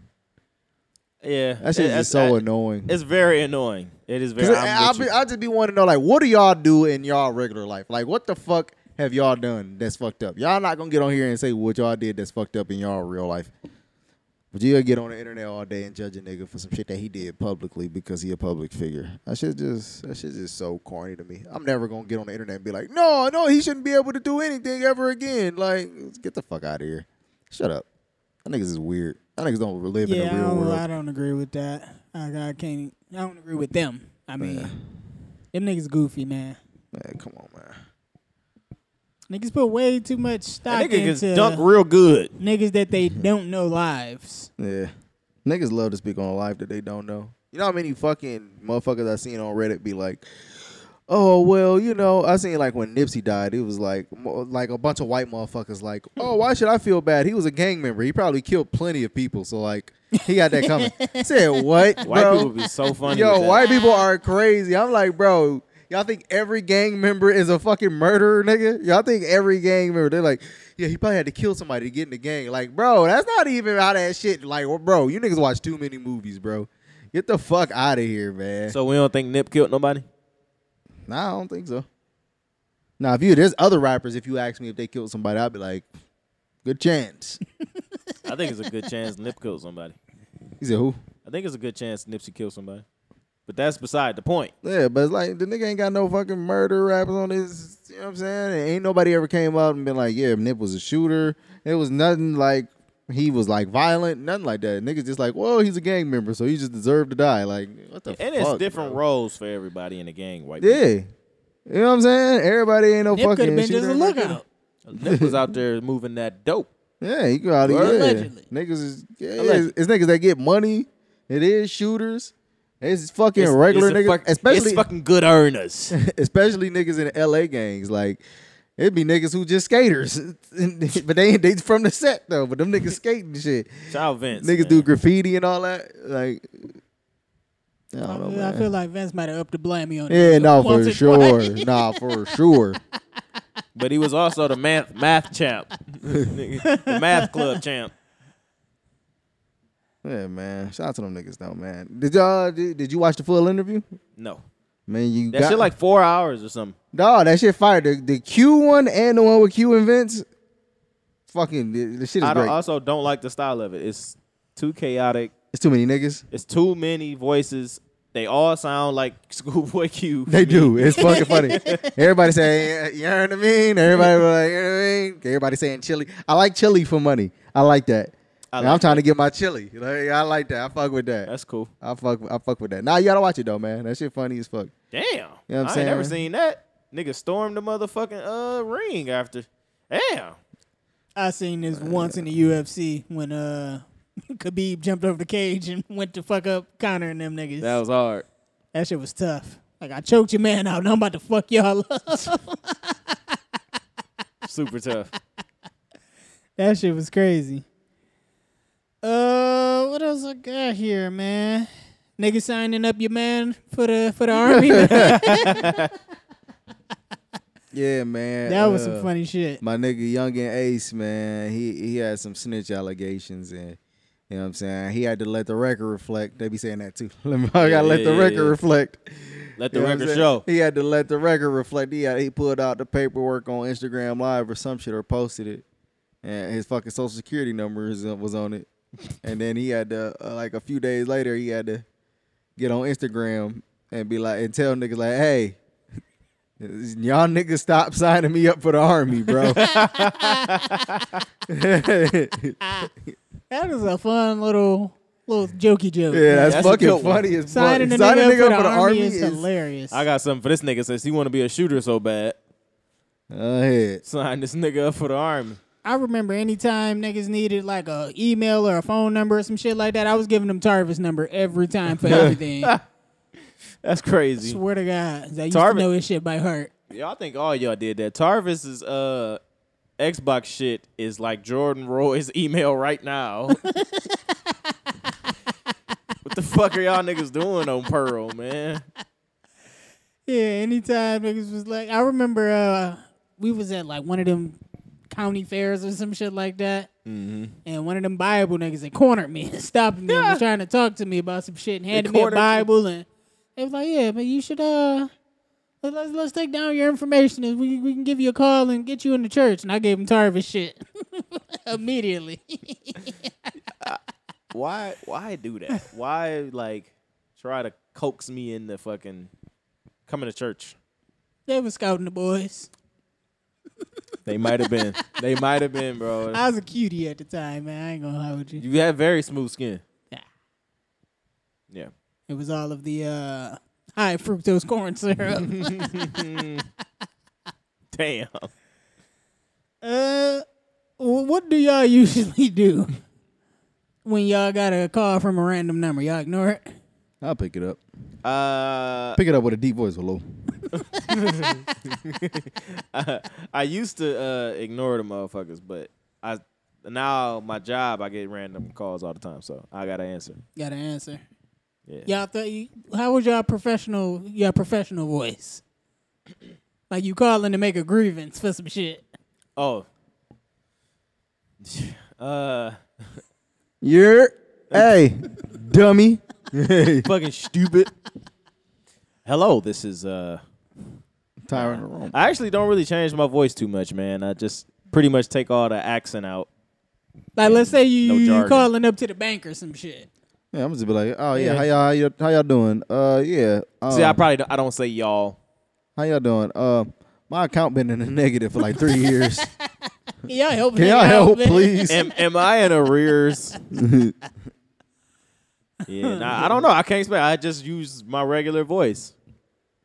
S2: Yeah.
S3: That shit is
S2: That's-
S3: just so
S2: I-
S3: annoying.
S2: It's very annoying. It is
S3: 'Cause
S2: very.
S3: I-
S2: I'm
S3: I'll
S2: with
S3: be,
S2: you.
S3: I'll just be wanting to know, like, what do y'all do in y'all regular life? Like, what the fuck have y'all done that's fucked up? Y'all not gonna get on here and say what y'all did that's fucked up in y'all real life. But you'll get on the internet all day and judge a nigga for some shit that he did publicly because he a public figure. That shit just that shit just so corny to me. I'm never gonna get on the internet and be like, no, no, he shouldn't be able to do anything ever again. Like, get the fuck out of here. Shut up. That niggas is weird. That niggas don't live in
S1: yeah,
S3: the
S1: I
S3: real
S1: don't,
S3: world.
S1: I don't agree with that. I, I can't. I don't agree with them. I mean, them niggas goofy, man.
S3: Man, come on, man.
S1: Niggas put way too much stock
S2: That nigga
S1: into
S2: can dunk real good.
S1: niggas that they don't know lives.
S3: Yeah. Niggas love to speak on a life that they don't know. You know how many fucking motherfuckers I seen on Reddit be like, oh, well, you know, I seen like when Nipsey died, it was like mo- like a bunch of white motherfuckers like, oh, why should I feel bad? He was a gang member. He probably killed plenty of people. So, like, he got that coming. Said what?
S2: White
S3: bro?
S2: people be so funny.
S3: Yo,
S2: with that.
S3: white people are crazy. I'm like, bro, y'all think every gang member is a fucking murderer, nigga? Y'all think every gang member? They're like, yeah, he probably had to kill somebody to get in the gang. Like, bro, that's not even how that shit. Like, well, bro, you niggas watch too many movies, bro. Get the fuck out of here, man.
S2: So we don't think Nip killed nobody.
S3: nah, I don't think so. Now, if you there's other rappers, if you ask me if they killed somebody, I'd be like, good chance.
S2: I think it's a good chance Nip killed somebody.
S3: He said, who?
S2: I think it's a good chance Nipsey killed somebody. But that's beside the point.
S3: Yeah, but it's like the nigga ain't got no fucking murder rappers on his. You know what I'm saying? And ain't nobody ever came out and been like, "Yeah, Nip was a shooter." It was nothing like he was like violent, nothing like that. Niggas just like, "Well, he's a gang member, so he just deserved to die." Like, what the?
S2: And
S3: fuck,
S2: it's different
S3: bro?
S2: roles for everybody in the gang. White
S3: Yeah, you know what I'm saying? Everybody ain't no
S1: Nip could
S3: fucking.
S1: have been
S3: shooter,
S1: just a
S3: ain't nobody-
S1: lookout.
S2: people. Nip was out there moving that dope.
S3: Yeah, he could out of yeah.
S1: Allegedly.
S3: Niggas is yeah,
S2: Allegedly.
S3: it's, it's niggas that get money. It is shooters. It's fucking
S2: It's-
S3: regular
S2: it's a
S3: niggas,
S2: fuck-
S3: especially
S2: it's fucking good earners.
S3: especially niggas in LA gangs. Like it'd be niggas who just skaters, And- but they they from the set though. But them niggas skating and shit.
S2: Child Vince.
S3: niggas
S2: man.
S3: do graffiti and all that. Like I
S1: I,
S3: don't know,
S1: feel- I
S3: man.
S1: feel like Vince might have upped the blame on
S3: yeah,
S1: this
S3: no,
S1: once
S3: for
S1: or
S3: sure.
S1: twice.
S3: Nah, for sure.
S2: But he was also the math math champ. Nigga, the math club champ.
S3: Yeah, man. Shout out to them niggas though, man. Did y'all did, did you watch the full interview?
S2: No.
S3: Man, you
S2: That
S3: got
S2: shit like four hours or something.
S3: dog. That shit fired the the Q one and the one with Q and Vince. Fucking the, the shit is
S2: I don't,
S3: great.
S2: also don't like the style of it. It's too chaotic.
S3: it's too many niggas.
S2: It's too many voices. They all sound like Schoolboy Q.
S3: They do. It's fucking funny. Everybody say, you know what I mean? Everybody be like, you know what I mean? Everybody saying chili. I like chili for money. I like that.
S2: I
S3: And
S2: like
S3: I'm trying to get my chili. Like, I like that. I fuck with that.
S2: That's cool.
S3: I fuck. I fuck with that. Nah, you gotta watch it though, man. That shit funny as fuck.
S2: Damn.
S3: You know what I'm
S2: I ain't never
S3: saying?
S2: seen that. Nigga stormed the motherfucking uh ring after. Damn.
S1: I seen this once in the UFC when uh Khabib jumped over the cage and went to fuck up Connor and them niggas.
S2: That was hard.
S1: That shit was tough. Like I choked your man out. Now I'm about to fuck y'all up.
S2: Super tough.
S1: That shit was crazy. Uh, what else I got here, man? Nigga signing up your man for the for the army. that
S3: Yeah, man.
S1: was
S3: uh,
S1: some funny shit.
S3: My nigga Young and Ace, man, he he had some snitch allegations and you know what I'm saying? He had to let the record reflect. They be saying that too. Let me, I gotta let the
S2: Yeah,
S3: record
S2: yeah.
S3: reflect.
S2: Let the
S3: You know what I'm
S2: record
S3: saying?
S2: show.
S3: He had to let the record reflect. He had, he pulled out the paperwork on Instagram Live or some shit or posted it, and his fucking social security number is- uh, was on it. And then he had to uh, like a few days later he had to get on Instagram and be like and tell niggas like, hey, y'all niggas stop signing me up for the army, bro. yeah,
S1: That was a fun little little jokey joke.
S2: That's
S3: that's,
S2: a good
S3: fucking
S2: one.
S3: funny as fuck.
S1: Signing a nigga, up for the, army, is, hilarious.
S2: I got something for this nigga since he want to be a shooter so bad.
S3: Go ahead.
S2: Sign this nigga up for the army.
S1: I remember anytime niggas needed like a email or a phone number or some shit like that, I was giving them Tarvis number every time for everything.
S2: That's crazy.
S1: Swear to God, 'cause I used
S2: Tarvis-
S1: to know his shit by heart.
S2: Y'all think all y'all did that. Tarvis's uh Xbox shit is like Jordan Roy's email right now. what the fuck are y'all niggas doing on Pearl, man?
S1: Yeah, anytime niggas was like, I remember uh, we was at like one of them county fairs or some shit like that, mm-hmm. and one of them Bible niggas that cornered me and stopped me and was trying to talk to me about some shit and handed me a
S2: cornered you.
S1: Bible and they was like, yeah, but you should uh. let- Let's, let's take down your information and we, we can give you a call and get you in the church. And I gave him Tarvis shit immediately.
S2: Why why do that? Why like try to coax me into fucking coming to church?
S1: they was scouting the boys.
S2: They might have been. They might have been, bro.
S1: I was a cutie at the time, man. I ain't gonna hold you.
S2: you have very smooth skin.
S1: Nah.
S2: Yeah.
S1: It was all of the uh, high fructose corn
S2: Mm-hmm.
S1: syrup.
S2: Damn.
S1: Uh, wh- what do y'all usually do when y'all got a call from a random number? Y'all ignore it.
S3: I'll pick it up.
S2: Uh
S3: Pick it up with a deep voice, hello.
S2: I used to uh, ignore the motherfuckers, but I now my job I get random calls all the time, so I gotta answer.
S1: Got to answer.
S2: Yeah.
S1: Y'all thought you, how was y'all professional? Your professional voice, like you calling to make a grievance for some shit.
S2: Oh. Uh,
S3: You're hey, dummy.
S2: fucking stupid. Hello, this is uh.
S3: Tyrant of Rome.
S2: I actually don't really change my voice too much, man. I just pretty much take all the accent out.
S1: Like, let's say you,
S2: No
S1: you
S2: jargon.
S1: calling up to the bank or some shit.
S3: Yeah, I'm just be like, oh yeah,
S2: Yeah.
S3: how y'all how y'all, how y'all doing? Uh, yeah. Um,
S2: See, I probably don't, I don't say y'all.
S3: how y'all doing? Uh, my account been in the negative for like three years.
S1: Can y'all help?
S3: Can
S1: me
S3: y'all
S1: out,
S3: help,
S1: man?
S3: please?
S2: Am, am I in arrears? yeah, nah, I don't know. I can't explain. I just use my regular voice.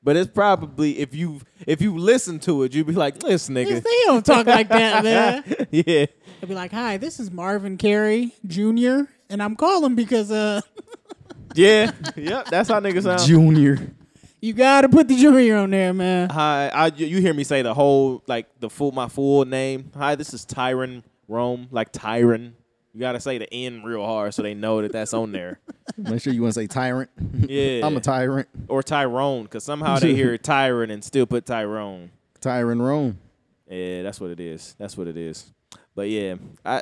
S2: But it's probably if you if you listen to it, you'd be like, this
S1: They
S2: nigga.
S1: don't talk like that, man.
S2: yeah.
S1: I'd be like, "Hi, this is Marvin Carey Jr. and I'm calling because uh,
S2: Yeah. yep. That's how niggas sound.
S3: Junior.
S1: you gotta put the junior on there, man."
S2: Hi, I, you you hear me say the whole like the full my full name. Hi, this is Tyron Rome, like Tyron. You gotta say the N real hard so they know that that's on there.
S3: Make sure you want to say tyrant.
S2: Yeah,
S3: I'm a tyrant.
S2: or Tyrone, cause somehow they hear Tyron and still put Tyrone.
S3: Tyrant Rome.
S2: Yeah, that's what it is. That's what it is. But yeah, I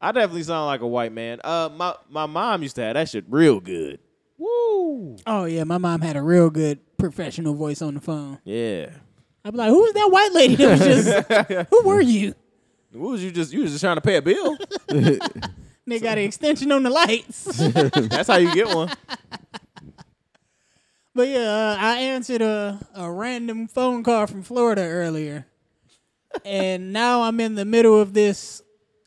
S2: I definitely sound like a white man. Uh, my my mom used to have that shit real good. Woo.
S1: Oh yeah, my mom had a real good professional voice on the phone.
S2: Yeah.
S1: I'd be like, "Who was that white lady that was just? who were you?
S2: What was you just you was just trying to pay a bill?
S1: They got an extension on the lights."
S2: that's how you get one.
S1: but yeah, uh, I answered a a random phone call from Florida earlier, and now I'm in the middle of this.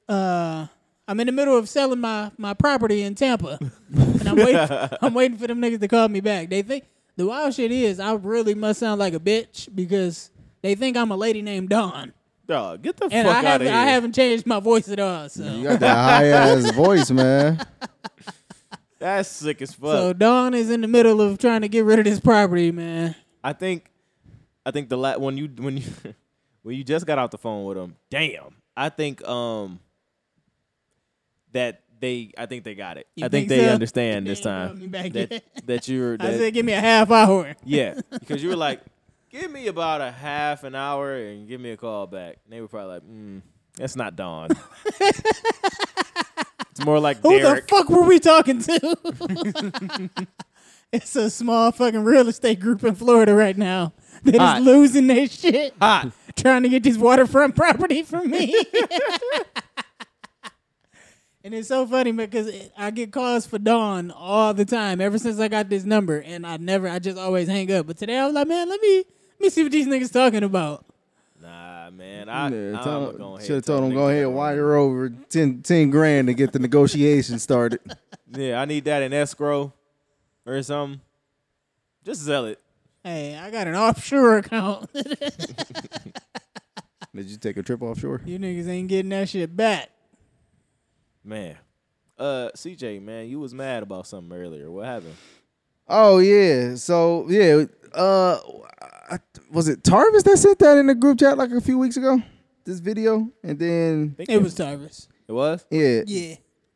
S1: Uh, I'm in the middle of selling my my property in Tampa, and I'm waiting. I'm waiting for them niggas to call me back. They think the wild shit is I really must sound like a bitch because they think I'm a lady named Dawn.
S2: Dog, get the
S1: And I
S2: fuck out of
S1: haven't,
S2: here.
S1: I haven't changed my voice at all. So,
S3: You got that high ass voice, man.
S2: That's sick as fuck.
S1: so Dawn is in the middle of trying to get rid of this property, man.
S2: I think, I think the la- when you when you when you just got off the phone with him, damn. I think um that they I think they got it.
S1: You
S2: I think,
S1: think
S2: they
S1: so?
S2: understand this
S1: They ain't brought
S2: time
S1: me back
S2: that,
S1: yet.
S2: that you're
S1: I
S2: that-
S1: said, give me a half hour.
S2: yeah because you were like give me about a half an hour and give me a call back. And they were probably like, mm, that's not Dawn. it's more like
S1: Who
S2: Derek.
S1: the fuck were we talking to? it's a small fucking real estate group in Florida right now that is
S2: Hot.
S1: losing their shit
S2: Hot.
S1: trying to get this waterfront property from me. and it's so funny because it- I get calls for Dawn all the time ever since I got this number, and I never, I just always hang up. But today I was like, man, let me let me see what these niggas talking about.
S2: Nah, man. I, I'm going
S3: should have told him go ahead, wire over 10, 10 grand to get the negotiation started.
S2: Yeah, I need that in escrow or something. Just sell it.
S1: Hey, I got an offshore account.
S3: Did you take a trip offshore?
S1: you niggas ain't getting that shit back.
S2: Man. Uh CJ, man, you was mad about something earlier. What happened?
S3: Oh yeah. So yeah, uh, I, was it Tarvis that sent that in the group chat like a few weeks ago? This video, and then
S2: Think
S1: It was Tyrus.
S2: it was?
S3: yeah,
S1: Yeah.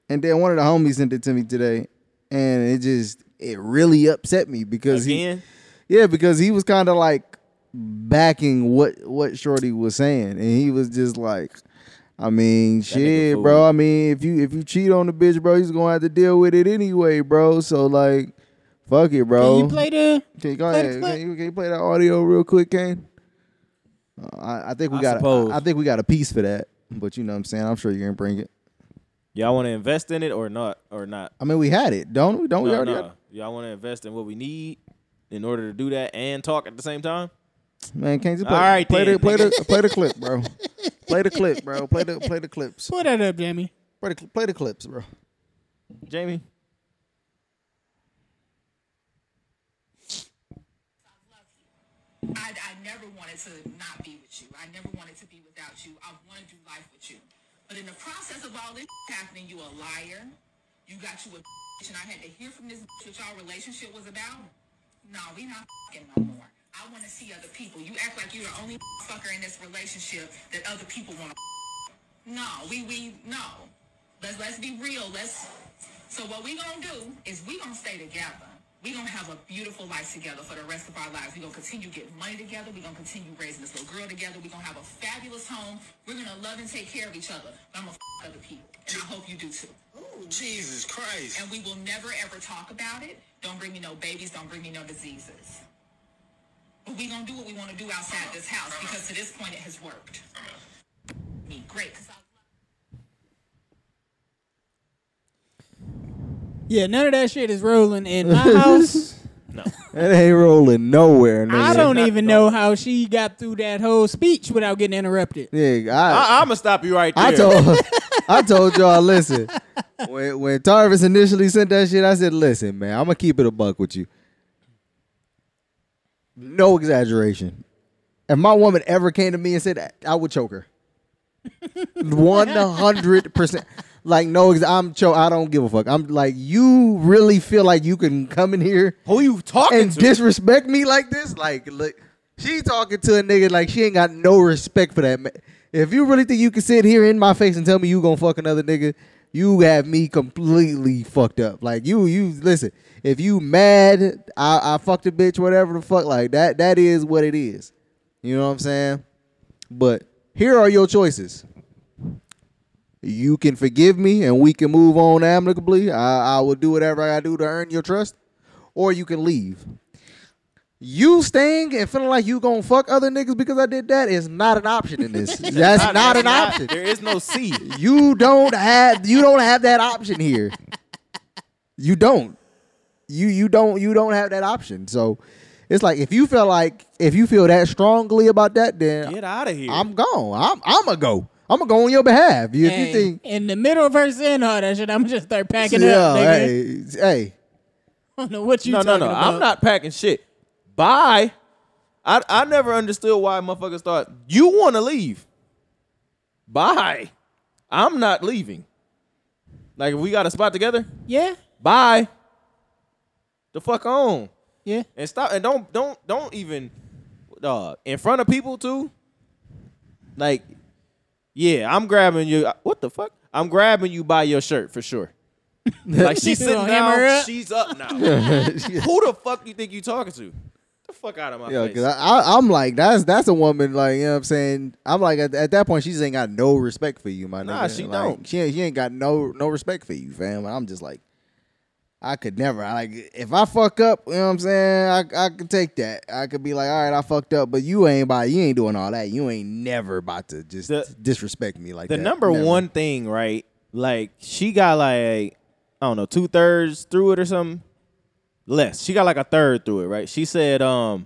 S3: and then one of the homies sent it to me today, and it just it really upset me because
S2: Again?
S3: he yeah because he was kind of like backing what what Shorty was saying, and he was just like. I mean,
S2: nigga
S3: shit,
S2: fool.
S3: bro. I mean, if you if you cheat on the bitch, bro, he's gonna have to deal with it anyway, bro. So like, fuck it, bro.
S1: Can you play the
S3: Can you go
S1: Play the
S3: ahead?
S1: clip.
S3: Can you, can you play that audio real quick, Kane? Uh, I, I think we
S2: I
S3: got.
S2: suppose.
S3: I, I think we got a piece for that. But you know what I'm saying. I'm sure you can bring it.
S2: Y'all wanna invest in it or not or not?
S3: I mean, we had it, don't we? Don't we
S2: No,
S3: already?
S2: no.
S3: Had it?
S2: Y'all wanna invest in what we need in order to do that and talk at the same time?
S3: Man, Kane, just play,
S2: All right,
S3: play
S2: then,
S3: the play the play the clip, bro. Play the clip, bro. Play the play the clips.
S1: pull that up, Jamie?
S3: Play the, cl- play the clips, bro.
S2: Jamie?
S5: I, I never wanted to not be with you. I never wanted to be without you. I want to do life with you. But in the process of all this happening, you a liar. You got you a and I had to hear from this what y'all relationship was about. No, we not fucking no more. I want to see other people. You act like you're the only fucker in this relationship that other people want to. No, we we no. Let's let's be real. Let's. So what we gonna do is we gonna stay together. We gonna have a beautiful life together for the rest of our lives. We gonna continue getting money together. We gonna continue raising this little girl together. We gonna have a fabulous home. We're gonna love and take care of each other. But I'm gonna f- other people, and I hope you do too.
S6: Jesus Christ.
S5: And we will never ever talk about it. Don't bring me no babies. Don't bring me no diseases. But we gonna do what we wanna do outside this house because to this point it has worked. Me great. 'cause I-
S1: Yeah, none of that shit is rolling in my house.
S2: No.
S3: It ain't rolling nowhere. Nigga.
S1: I don't
S2: not
S1: even know how she got through that whole speech without getting interrupted.
S3: Nigga, I,
S2: I, I'ma stop you right there.
S3: I told I told y'all, listen. When when Tarvis initially sent that shit, I said, listen, man, I'm gonna keep it a buck with you. No exaggeration. If my woman ever came to me and said that, I would choke her. One hundred percent. Like no, ex- I'm cho. I don't give a fuck. I'm like, you really feel like you can come in here
S2: Who you talking
S3: and
S2: to?
S3: disrespect me like this? Like, look, she talking to a nigga like she ain't got no respect for that man. If you really think you can sit here in my face and tell me you gonna fuck another nigga, you have me completely fucked up. Like you, you listen. If you mad, I, I fucked a bitch, whatever the fuck. Like that, that is what it is. You know what I'm saying? But here are your choices. You can forgive me and we can move on amicably. I, I will do whatever I do to earn your trust. Or you can leave. You staying and feeling like you gonna fuck other niggas because I did that is not an option in this. That's
S2: Not-
S3: not
S2: that's
S3: an option.
S2: There is no C.
S3: You don't have you don't have that option here. You don't. You you don't you don't have that option. So it's like if you feel like if you feel that strongly about that, then
S2: Get out of here.
S3: I'm gone. I'm I'm gonna go. I'm gonna go on your behalf. If
S1: Hey,
S3: you think,
S1: in the middle of her saying all that shit, I'm gonna just start packing up, nigga.
S3: hey, hey,
S1: I don't know what you
S2: no, no,
S1: talking
S2: no.
S1: about.
S2: I'm not packing shit. Bye. I I never understood why motherfuckers thought you want to leave. Bye. I'm not leaving. Like if we got a spot together,
S1: Yeah,
S2: bye. The fuck on
S1: yeah.
S2: and stop and don't don't don't even uh in front of people too. Like, yeah, I'm grabbing you. uh, What the fuck? I'm grabbing you by your shirt for sure. like she's
S1: You
S2: sitting
S1: gonna hammer
S2: down,
S1: her up?
S2: she's up now. Who the fuck you think you talking to? Get the fuck out of my
S3: Yeah,
S2: face.
S3: cause I, I, I'm like that's that's a woman like you know what I'm saying. I'm like at, at that point she just ain't got no respect for you, my nigga.
S2: Nah, she
S3: Like,
S2: don't.
S3: She ain't, she ain't got no no respect for you, fam. And I'm just like, I could never. I like if I fuck up, you know what I'm saying. I I could take that. I could be like, all right, I fucked up, but you ain't about you ain't doing all that. You ain't never about to just
S2: The-
S3: disrespect me like
S2: the
S3: that.
S2: number
S3: Never.
S2: one thing, right? Like she got like I don't know two thirds through it or something. Less. She got like a third through it, right? She said, "Um,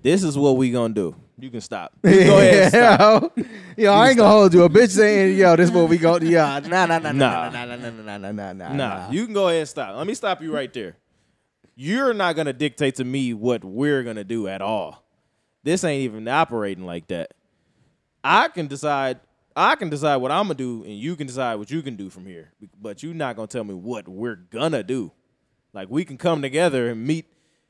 S2: this is what we gonna do. You can stop. You Go ahead, and stop.
S3: yo, yo, I ain't gonna hold you. A bitch saying, yo, this what we go to. Nah, nah, nah, nah, nah,
S2: Nah.
S3: nah, nah, nah, nah, nah, nah, nah.
S2: Nah, you can go ahead and stop. Let me stop you right there. You're not gonna dictate to me what we're gonna do at all. This ain't even operating like that. I can decide. I can decide what I'm gonna do, and you can decide what you can do from here. But you're not gonna tell me what we're gonna do. Like we can come together and meet.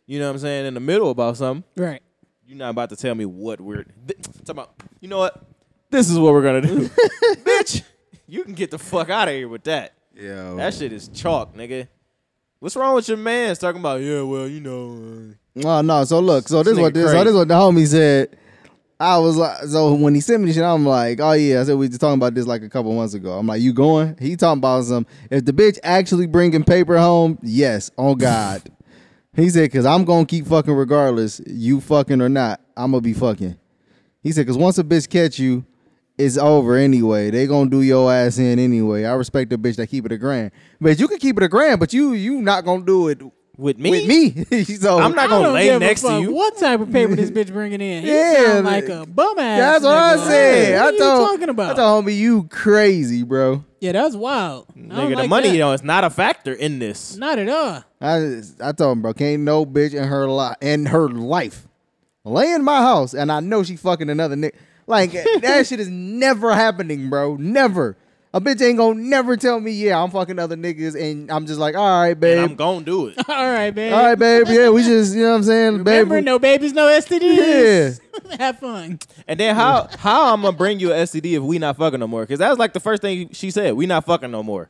S2: You know what I'm saying in the middle about something.
S1: Right.
S2: You're not about to tell me what we're th- talking about. You know what? This is what we're gonna do, bitch. You can get the fuck out of here with that.
S3: Yo.
S2: That shit is chalk, nigga. What's wrong with your man's talking about? Yeah, well, you know, uh,
S3: Oh no! So look, so this
S2: This
S3: what
S2: nigga
S3: this, so
S2: crazy.
S3: this what the homie said. I was like, so when he sent me this shit, I'm like, oh yeah. I said we just talking about this like a couple months ago. I'm like, you going? He talking about some. If the bitch actually bringing paper home, yes. On God, he said, cause I'm gonna keep fucking regardless. You fucking or not, I'm gonna be fucking. He said, cause once a bitch catch you, it's over anyway. They gonna do your ass in anyway. I respect the bitch that keep it a grand, but you can keep it a grand, but you you not gonna do it
S2: with me,
S3: with me. so
S2: I'm not
S1: I
S2: gonna
S1: don't
S2: lay
S1: give
S2: next
S1: a
S2: to
S1: fuck
S2: you.
S1: What type of paper this bitch bringing in? He
S3: Yeah,
S1: sound like
S3: like-
S1: a bum ass.
S3: That's what I
S1: nigga.
S3: said.
S1: What
S3: I
S1: are you
S3: told,
S1: talking about?
S3: I told homie, you crazy, bro.
S1: yeah, that's wild. I don't
S2: nigga, the
S1: like
S2: money,
S1: that.
S2: you know, it's not a factor in this.
S1: Not at all.
S3: I I told him, bro, can't no bitch in her life in her life lay in my house, and I know she fucking another nigga. Like that shit is never happening, bro. Never. A bitch ain't gonna never tell me, yeah, I'm fucking other niggas, and I'm just like, all right,
S2: And I'm
S3: babe,
S2: gonna do it.
S1: All right, babe.
S3: all right, babe, yeah, we just, you know what I'm saying, babe.
S1: Remember, no babies, no STDs. Yeah. Have fun.
S2: And then how how I'm gonna bring you a STD if we not fucking no more? Because that was like the first thing she said. We not fucking no more.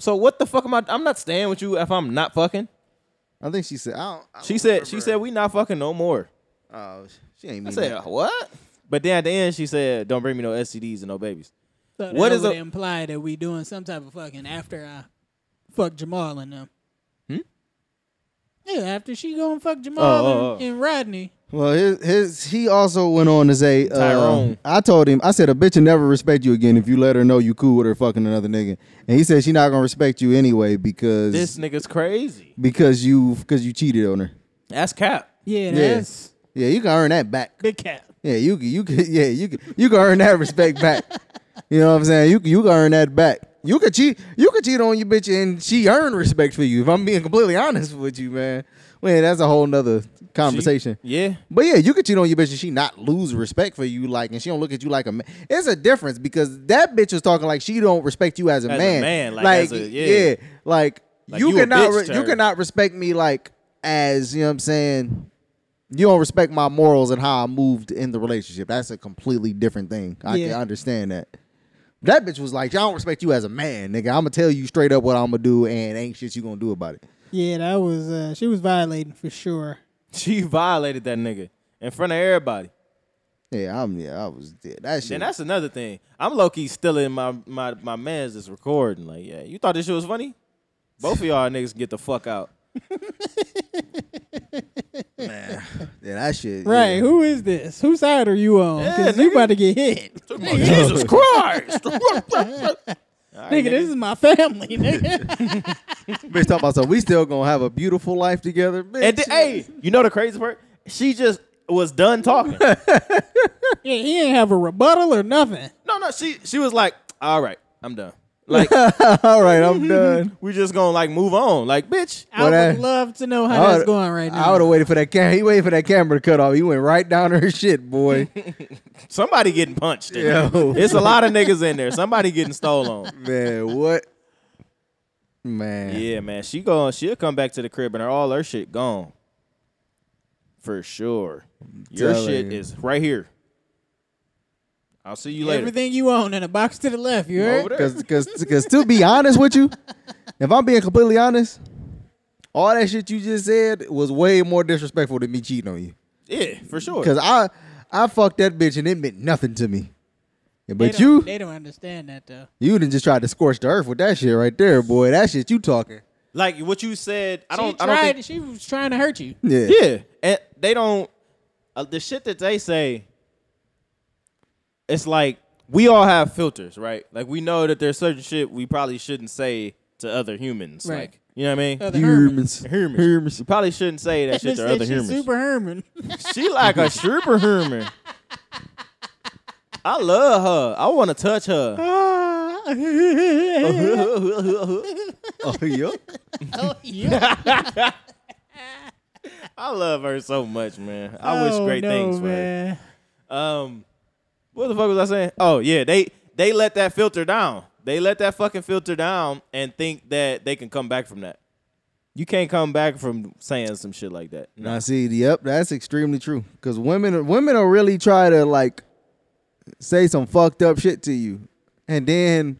S2: So what the fuck am I? I'm not staying with you if I'm not fucking.
S3: I think she said, I don't, I
S2: She
S3: don't
S2: said she
S4: remember.
S2: said we not fucking no more.
S3: oh, she ain't mean
S2: I said
S3: that.
S2: what? Mm-hmm. But then at the end she said, "Don't bring me no STDs and no babies."
S1: So
S2: What
S1: what
S2: is
S1: does it
S2: a-
S1: imply that we doing some type of fucking after I fuck Jamal and them? Hmm? Yeah, after she go and fuck Jamal
S2: Oh, oh,
S1: and,
S2: oh.
S1: and Rodney.
S3: Well, his, his he also went on to say, uh,
S2: Tyrone.
S3: I told him, I said, a bitch will never respect you again if you let her know you cool with her fucking another nigga. And he said she not gonna respect you anyway because
S2: This nigga's crazy.
S3: because you because you cheated on her.
S2: That's cap.
S1: Yeah,
S3: Yeah.
S1: that's
S3: Yeah, you can earn that back.
S1: big cat.
S3: Yeah, you can- you can yeah you can you can earn that respect back. You know what I'm saying? You can- you can earn that back. You could cheat you could cheat on your bitch and she earned respect for you. If I'm being completely honest with you, man. Man, that's a whole nother
S2: She-
S3: conversation.
S2: yeah.
S3: But yeah, you could cheat on your bitch and she not lose respect for you, like, and she don't look at you like a man. It's a difference because that bitch was talking like she don't respect you as a
S2: As a
S3: man.
S2: man, like, as a- yeah.
S3: like,
S2: Like,
S3: you,
S2: you a
S3: cannot,
S2: bitch
S3: re-
S2: to
S3: you
S2: her.
S3: cannot respect me like as you know what I'm saying. You don't respect my morals and how I moved in the relationship. That's a completely different thing. I
S1: Yeah.
S3: can understand that. That bitch was like, I don't respect you as a man, nigga. I'm gonna tell you straight up what I'm gonna do, and ain't shit you gonna do about it.
S1: Yeah, that was uh she was violating for sure.
S2: She violated that nigga in front of everybody.
S3: Yeah, I'm. Yeah, I was. Yeah, that shit.
S2: Then that's another thing. I'm low key still in my my my man's is recording. Like, yeah, you thought this shit was funny? Both of y'all niggas get the fuck out.
S3: yeah, that shit.
S1: Right.
S3: yeah.
S1: Who is this? Whose side are you on?
S2: Yeah,
S1: Because you
S2: nigga.
S1: about to get hit.
S2: Jesus Christ!
S1: nigga, this is my family, nigga.
S3: Bitch talk about so we still gonna have a beautiful life together. Bitch.
S2: and then, hey, you know the crazy part? She just was done talking.
S1: yeah, he ain't have a rebuttal or nothing.
S2: No, no, she she was like, all right, I'm done. Like
S3: all right, I'm done.
S2: we just gonna like move on. Like, bitch,
S1: I
S3: Well,
S1: would
S3: that-
S1: love to know how
S3: I
S1: that's
S3: would-
S1: going right now.
S3: I would have waited for that camera. He waited for that camera to cut off. He went right down her shit, boy.
S2: somebody getting punched.
S3: Yo,
S2: It's a lot of niggas in there. Somebody getting stolen.
S3: man, what? Man,
S2: Yeah, man. She going she'll come back to the crib and her all her shit gone. For sure. Your
S3: telling
S2: shit
S3: you.
S2: is right here. I'll see you later.
S1: Everything you own in a box to the left. You
S2: Over
S1: heard?
S2: there.
S3: Cause, cause, 'cause to be honest with you, if I'm being completely honest, all that shit you just said was way more disrespectful than me cheating on you.
S2: Yeah, for sure.
S3: Cause I, I fucked that bitch and it meant nothing to me.
S1: They
S3: Yeah, but
S1: don't-
S3: you,
S1: they don't understand that though.
S3: you done just tried to scorch the earth with that shit right there, boy. That shit you talking.
S2: Like what you said, I
S1: she
S2: don't. I
S1: tried.
S2: don't think.
S1: she was trying to hurt you.
S3: Yeah.
S2: Yeah, and they don't. Uh, the shit that they say, it's like we all have filters, right? Like we know that there's certain shit we probably shouldn't say to other humans.
S1: Right.
S2: Like you know what I mean?
S1: Other Herman.
S3: Humans.
S2: Humans. We probably shouldn't say that shit
S1: She
S2: to
S1: said
S2: other
S1: she's
S2: humans.
S1: Super Herman.
S2: She like a super human. I love her. I want to touch her.
S1: Ah.
S3: Oh yeah.
S1: Oh, yeah.
S2: I love her so much, man. I wish
S1: Oh,
S2: great
S1: no,
S2: things for her.
S1: man.
S2: Um, what the fuck was I saying? Oh yeah, they they let that filter down. They let that fucking filter down and think that they can come back from that. You can't come back from saying some shit like that. No.
S3: Now see, yep, that's extremely true. Cause women, women will really try to like say some fucked up shit to you, and then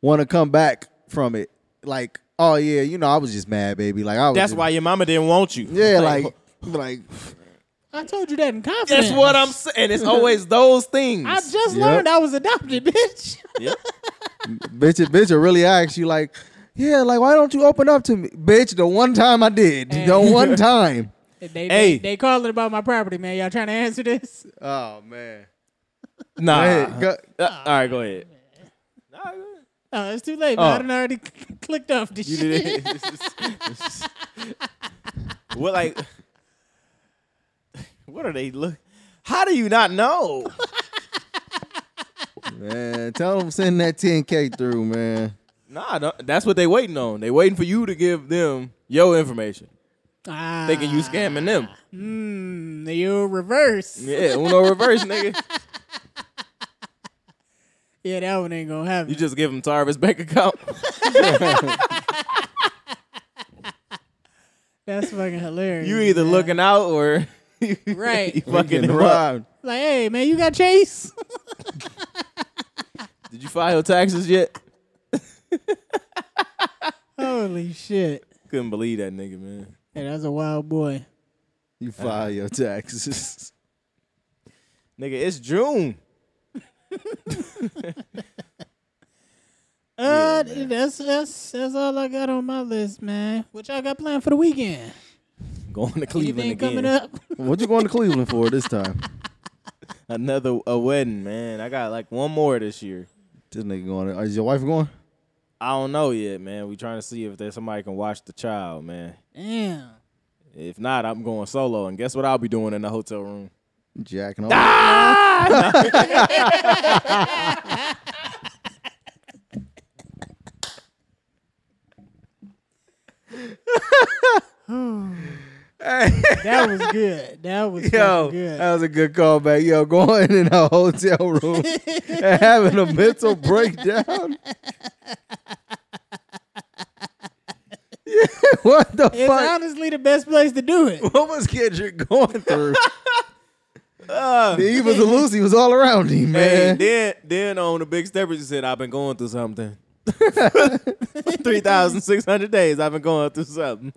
S3: want to come back from it. Like, oh yeah, you know, I was just mad, baby. Like I was.
S2: That's
S3: just-
S2: why your mama didn't want you.
S3: Yeah, like, like,
S1: I told you that in confidence.
S2: that's what I'm saying. It's always those things.
S1: I just
S3: Yep.
S1: learned I was adopted, bitch.
S2: Yep.
S3: bitch, bitch, will really ask you like, yeah, like, why don't you open up to me, bitch? The one time I did, the
S1: Hey.
S3: one time.
S1: They, they,
S2: Hey.
S1: they calling about my property, man. Y'all trying to answer this?
S3: Oh man.
S2: Nah.
S3: Hey, go-
S2: Uh, all right, go ahead. Nah, go ahead.
S1: Oh, it's too late.
S2: Oh.
S1: man. I done already clicked off this
S2: You
S1: shit.
S2: did it. what like? What are they look? How do you not know?
S3: man, tell them send that 10k through, man.
S2: Nah, no, that's what they waiting on. They waiting for you to give them your information,
S1: Ah,
S2: thinking you scamming them.
S1: Mm, you reverse. Yeah.
S2: Yeah, Uno reverse, nigga.
S1: that one ain't gonna happen.
S2: You just give them Tarvis bank account.
S1: That's fucking hilarious.
S2: You either
S1: man.
S2: looking out or you
S1: Right.
S2: fucking
S3: Getting
S2: them up.
S3: robbed.
S1: like, hey man, you got Chase?
S2: Did you file your taxes yet?
S1: Holy shit!
S2: Couldn't believe that nigga, man.
S1: Hey, that's a wild boy.
S3: You file your taxes.
S2: Nigga, it's June.
S1: Uh, that's that's that's all I got on my list, man. What y'all got planned for the weekend?
S2: Going to Cleveland
S1: Anything
S2: again.
S1: coming up?
S3: what you going to Cleveland for this time?
S2: Another a wedding, man. I got like one more this year.
S3: This nigga going. Is your wife going?
S2: I don't know yet, man. We trying to see if there's somebody can watch the child, man.
S1: Damn.
S2: If not, I'm going solo. And guess what I'll be doing in the hotel room?
S3: Jack and
S1: That was good. That was
S3: Yo,
S1: fucking good.
S2: uh,
S3: that was a good callback. Yo, going in a hotel room and having a mental breakdown. Yeah, what the
S1: it's
S3: fuck?
S1: honestly the best place to do it.
S3: What was Kendrick going through? the evils of Lucy was all around him,
S2: Hey,
S3: man.
S2: then then on the big steppers, you said I've been going through something. Three thousand six hundred days. I've been going through something.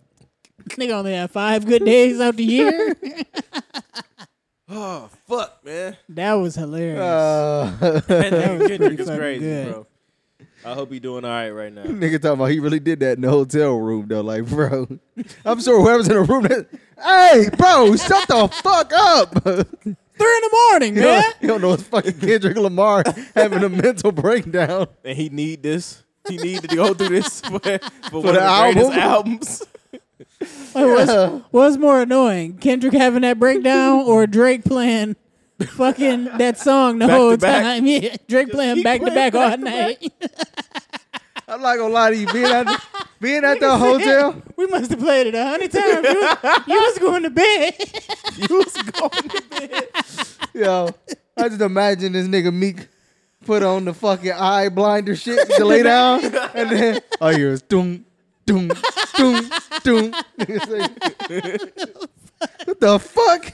S1: Nigga only had five good days out the year.
S2: Oh fuck, man.
S1: that was hilarious.
S3: Uh,
S2: That nigga Kendrick
S1: pretty
S2: is
S1: fucking
S2: crazy,
S1: good.
S2: bro. I hope he doing all right right now.
S3: Nigga talking about he really did that in the hotel room though. Like, bro, I'm sure whoever's in the room, that, hey, bro, shut the fuck up.
S1: Three in the morning,
S3: You don't,
S1: man.
S3: you don't know it's fucking Kendrick Lamar having a mental breakdown
S2: And he need this. He need to go through this for, for, one
S3: the
S2: of the greatest
S3: album?
S2: albums.
S1: Wait, what's, what's more annoying, Kendrick having that breakdown or Drake playing fucking that song the
S2: Back to
S1: whole
S2: back?
S1: time? Yeah, Drake playing
S2: keep
S1: back to
S2: playing
S1: back all
S2: back to back.
S1: night.
S3: I'm not gonna lie to you, being at the, being at the hotel,
S1: we must have played it a hundred times. You was, you was going to bed.
S2: You was going to bed.
S3: yo, I just imagine this nigga Meek put on the fucking eye blinder shit to lay down, and then all you hear is doom, doom, doom, doom. Niggas like, what the fuck?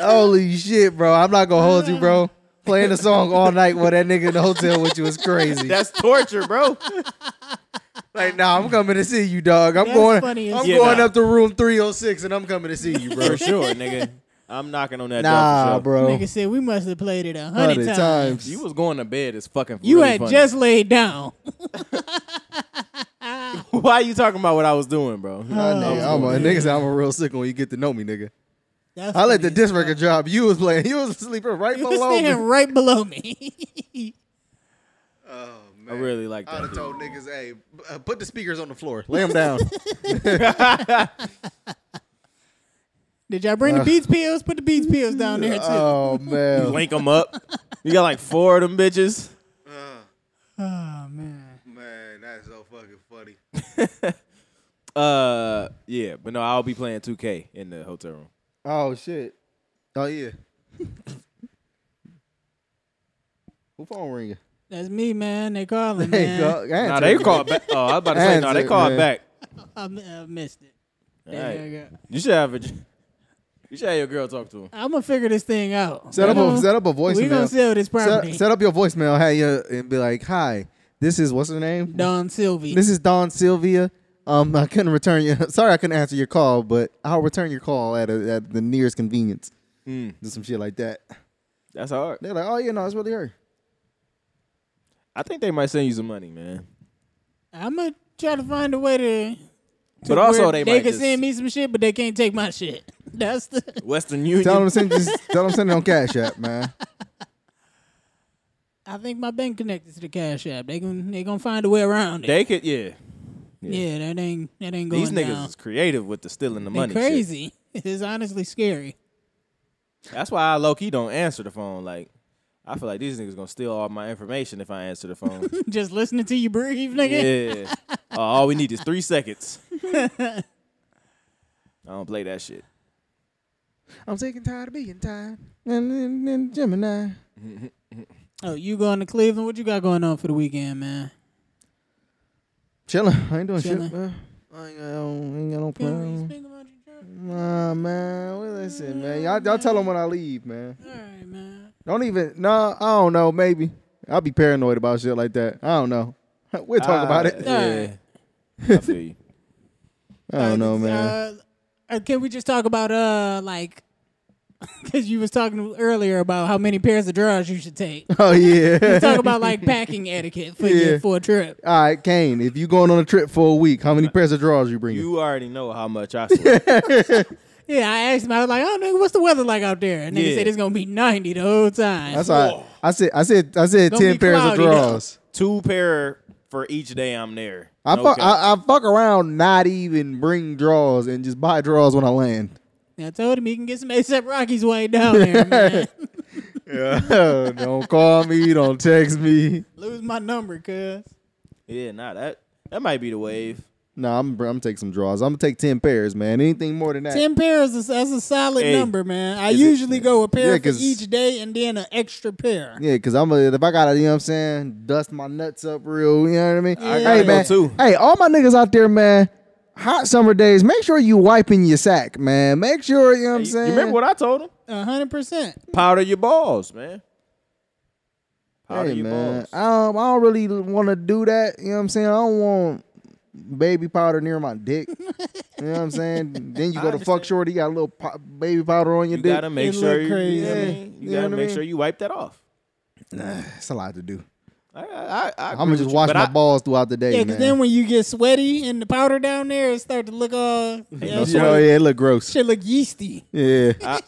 S3: Holy shit, bro. I'm not gonna hold you, bro. Playing the song all night while that nigga in the hotel with you is crazy.
S2: That's torture, bro.
S3: like, nah, I'm coming to see you, dog. I'm
S1: That's
S3: going
S1: funny as
S3: I'm
S2: Yeah,
S3: going
S2: nah.
S3: up to room 306 and I'm coming to see you, bro.
S2: For sure, nigga. I'm knocking on that door for
S3: nah,
S2: sure.
S3: bro.
S1: Nigga said we must have played it a hundred
S3: Oh. Hundred
S1: times.
S3: times.
S2: You was going to bed. It's fucking.
S1: You
S2: really
S1: had
S2: funny.
S1: just laid down.
S2: Why you talking about what I was doing, bro?
S3: Nah,
S1: Oh,
S3: nigga, I'm a, nigga said I'm a real sick one. You get to know me, nigga.
S1: That's
S3: I let
S1: funny
S3: the
S1: as
S3: disc
S1: fuck.
S3: record job you was playing. You was sleeping right
S1: You was
S3: below me.
S1: standing right below me.
S3: Oh,
S2: I
S3: man.
S2: really like
S3: I'd have
S2: that.
S3: told niggas, hey, b- uh, put the speakers on the floor. Lay them down.
S1: Did y'all
S3: Uh,
S1: bring the beats pills? Put the beats pills down there too.
S3: oh,
S2: dude.
S3: man.
S2: Link them up. You got like four of them bitches.
S1: oh man.
S4: Man, that's so fucking funny.
S2: Uh, yeah, but no, I'll be playing 2K in the hotel room.
S3: Oh, shit. Oh, yeah. Who phone ringing?
S1: That's me, man. They calling,
S3: Hey,
S1: man.
S3: go- I ain't
S2: Nah, they
S3: taking-
S2: called back. Oh, I was about to say no, they
S3: Answer,
S2: called
S3: man.
S2: back.
S1: I, mi- I missed it.
S2: All
S1: There
S2: right.
S1: you go.
S2: You should have a. You should have your girl talk to him.
S1: I'm gonna figure this thing out.
S3: Set up
S1: You know,
S3: a set up a
S1: We gonna
S3: voicemail. Set,
S1: sell this property.
S3: set up your voicemail. Hey, you and be like, "Hi, this is what's her name?
S1: Don Sylvie.
S3: This is Don Sylvia. Um, I couldn't return your. Sorry, I couldn't answer your call, but I'll return your call at a, at the nearest convenience. Do some shit like that.
S2: That's hard.
S3: They're like, "Oh yeah, no, it's really her."
S2: I think they might send you some money, man.
S1: I'm gonna try to find a way to.
S2: But also
S1: where
S2: they,
S1: they
S2: might
S1: can
S2: just
S1: send me some shit, but they can't take my shit. That's the.
S2: Western Union.
S3: Tell them to send just tell them to send it on Cash App, man.
S1: I think my bank connected to the Cash App. They can they gonna find a way around it.
S2: They could, yeah.
S1: yeah, that ain't that ain't going
S2: These niggas
S1: down.
S2: is creative with the stealing the
S1: They
S2: money. shit.
S1: crazy. It's honestly scary.
S2: That's why I low key don't answer the phone. Like, I feel like these niggas gonna steal all my information if I answer the phone.
S1: Just listening to you breathe, nigga.
S2: yeah. Uh, all we need is three seconds. I don't play that shit.
S3: I'm sick and tired of being tired. And, and, and Gemini.
S1: Oh, you going to Cleveland? What you got going on for the weekend, man?
S3: Chilling. I ain't doing
S1: Chilling.
S3: shit, man. I ain't got no, ain't got no
S1: Can we
S2: Um,
S3: plan.
S1: speak about your trip?
S3: Nah, man. Well, listen, man. Y'all, y'all tell them when I leave, man.
S1: All right, man.
S3: Don't even. No, I don't know. Maybe I'll be paranoid about shit like that. I don't know. We'll talk about
S2: Ah,
S3: it.
S2: Yeah. I feel you.
S3: I don't know, man.
S1: Uh, uh, can we just talk about uh like because you was talking earlier about how many pairs of drawers you should take.
S3: oh yeah.
S1: talk about like packing etiquette for
S3: Yeah.
S1: your for a trip.
S3: All right, Kane. If you going on a trip for a week, how many pairs of drawers you bringing?
S2: You already know how much I sweat.
S1: Yeah, I asked him. I was like, "Oh, nigga, what's the weather like out there?" And nigga
S2: Yeah.
S1: said it's gonna be ninety the whole time.
S3: That's all. I, I said. I said. I said
S1: Gonna
S3: ten
S1: be
S3: pairs of
S1: cloudy, though.
S3: drawers.
S2: Two pair for each day I'm there.
S3: I
S2: No
S3: fuck.
S2: cap.
S3: I, I fuck around. Not even bring drawers and just buy drawers when I land.
S1: And I told him he can get some ASAP Rocky's way down there, man.
S3: Yeah. don't call me. Don't text me.
S1: Lose my number, cuz.
S2: yeah, nah, that that might be the wave.
S3: Nah, I'm. I'm taking some drawers. I'm gonna take ten pairs, man. Anything more than that.
S1: Ten pairs is that's a solid
S2: Hey,
S1: number, man. I
S2: is it-
S1: usually go a pair
S3: Yeah,
S1: for
S3: 'cause-
S1: each day and then an extra pair.
S3: Yeah, cause I'm a, if I gotta, you know what I'm saying, dust my nuts up real, you know what I mean?
S1: I gotta
S3: hey
S1: go
S3: man,
S2: too.
S3: hey, all my niggas out there, man. Hot summer days, make sure you wiping your sack, man. Make sure you know what I'm
S2: You,
S3: saying.
S2: you remember what I told him?
S1: A hundred percent.
S2: Powder your balls, man. Powder
S3: Hey
S2: your
S3: man,
S2: balls.
S3: I don't, I don't really want to do that. You know what I'm saying? I don't want baby powder near my dick. you know what I'm saying? Then you
S2: I
S3: go to fuck
S2: understand.
S3: shorty, you got a little po- baby powder on your
S2: You
S3: dick.
S2: gotta make
S1: It
S2: sure
S1: look
S2: you, you, know what I
S3: crazy.
S2: mean? You
S3: Yeah, you know
S2: gotta
S3: what I
S2: make
S3: mean?
S2: sure you wipe that off.
S3: It's a lot to do.
S2: I, I, I
S3: I'm gonna just wash my
S2: balls.
S3: balls throughout the day,
S1: Yeah, because
S3: man.
S1: then when you get sweaty and the powder down there, it start to look all yeah,
S2: no
S1: shit,
S2: sweat.
S3: Yo, yeah, it look gross.
S1: shit look yeasty.
S3: Yeah.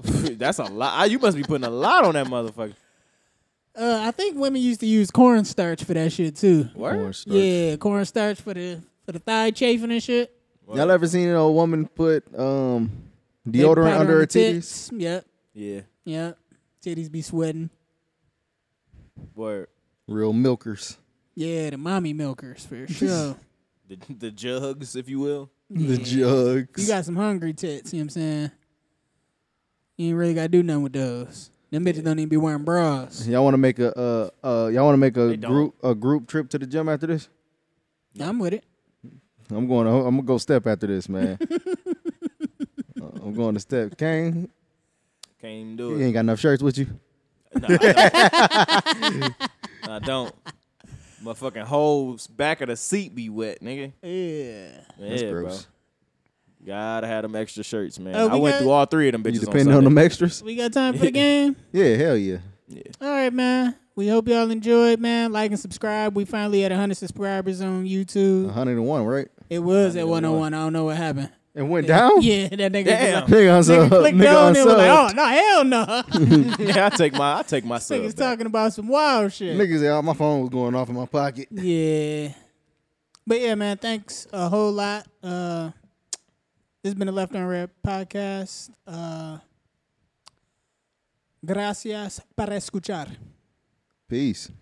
S2: That's a lot. You must be putting a lot on that motherfucker.
S1: Uh, I think women used to use cornstarch for that shit too.
S2: Word?
S1: Yeah, cornstarch for the for the thigh chafing and shit.
S3: Y'all ever seen a woman put um
S1: They powder
S3: deodorant
S1: on
S3: under her
S1: the
S3: titties?
S1: tits. Yep,
S2: Yeah.
S1: yep. Titties be sweating.
S2: Word.
S3: Real milkers.
S1: Yeah, the mommy milkers for sure.
S2: The, the jugs, if you will.
S3: The jugs.
S1: You got some hungry tits, you know what I'm saying? You ain't really gotta do nothing with those. Them bitches don't even be wearing bras.
S3: all want to make a uh uh y'all want to make a
S2: They don't.
S3: group a group trip to the gym after this?
S1: I'm with it.
S3: I'm going. To, I'm gonna go step after this, man. I'm Uh, I'm going to step. Kane,
S2: Can't even do
S3: you
S2: it.
S3: ain't got enough shirts with you.
S2: No, I don't. I don't. My fucking whole back of the seat be wet, nigga.
S1: Yeah.
S3: That's
S2: yeah,
S3: gross.
S2: bro. Gotta have them extra shirts, man.
S1: Oh,
S2: I
S1: we
S2: went
S1: got-
S2: through all three of them
S3: You
S2: bitches.
S3: depending
S2: on
S3: on
S2: Sunday.
S3: them extras?
S1: We got time for the game?
S3: Yeah, hell yeah.
S1: All right, man. We hope y'all enjoyed, man. Like and subscribe. We finally had 100 subscribers on
S3: Uh,
S1: YouTube.
S3: 101, right?
S1: It was at 101. I don't know what happened.
S3: It went down?
S1: Yeah, that nigga.
S2: Damn.
S3: Nigga
S1: Nigga
S3: unsubbed.
S1: clicked
S3: Nigga
S1: on it was like,
S3: unsubbed.
S1: oh, no, hell no.
S2: yeah, I take my I take my sub.
S1: Niggas
S2: back.
S1: talking about some wild shit.
S3: Niggas, said, oh, my phone was going off in my pocket.
S1: Yeah. But yeah, man, thanks a whole lot. Uh this has been a Left on Red podcast. Uh Gracias para escuchar.
S3: Peace.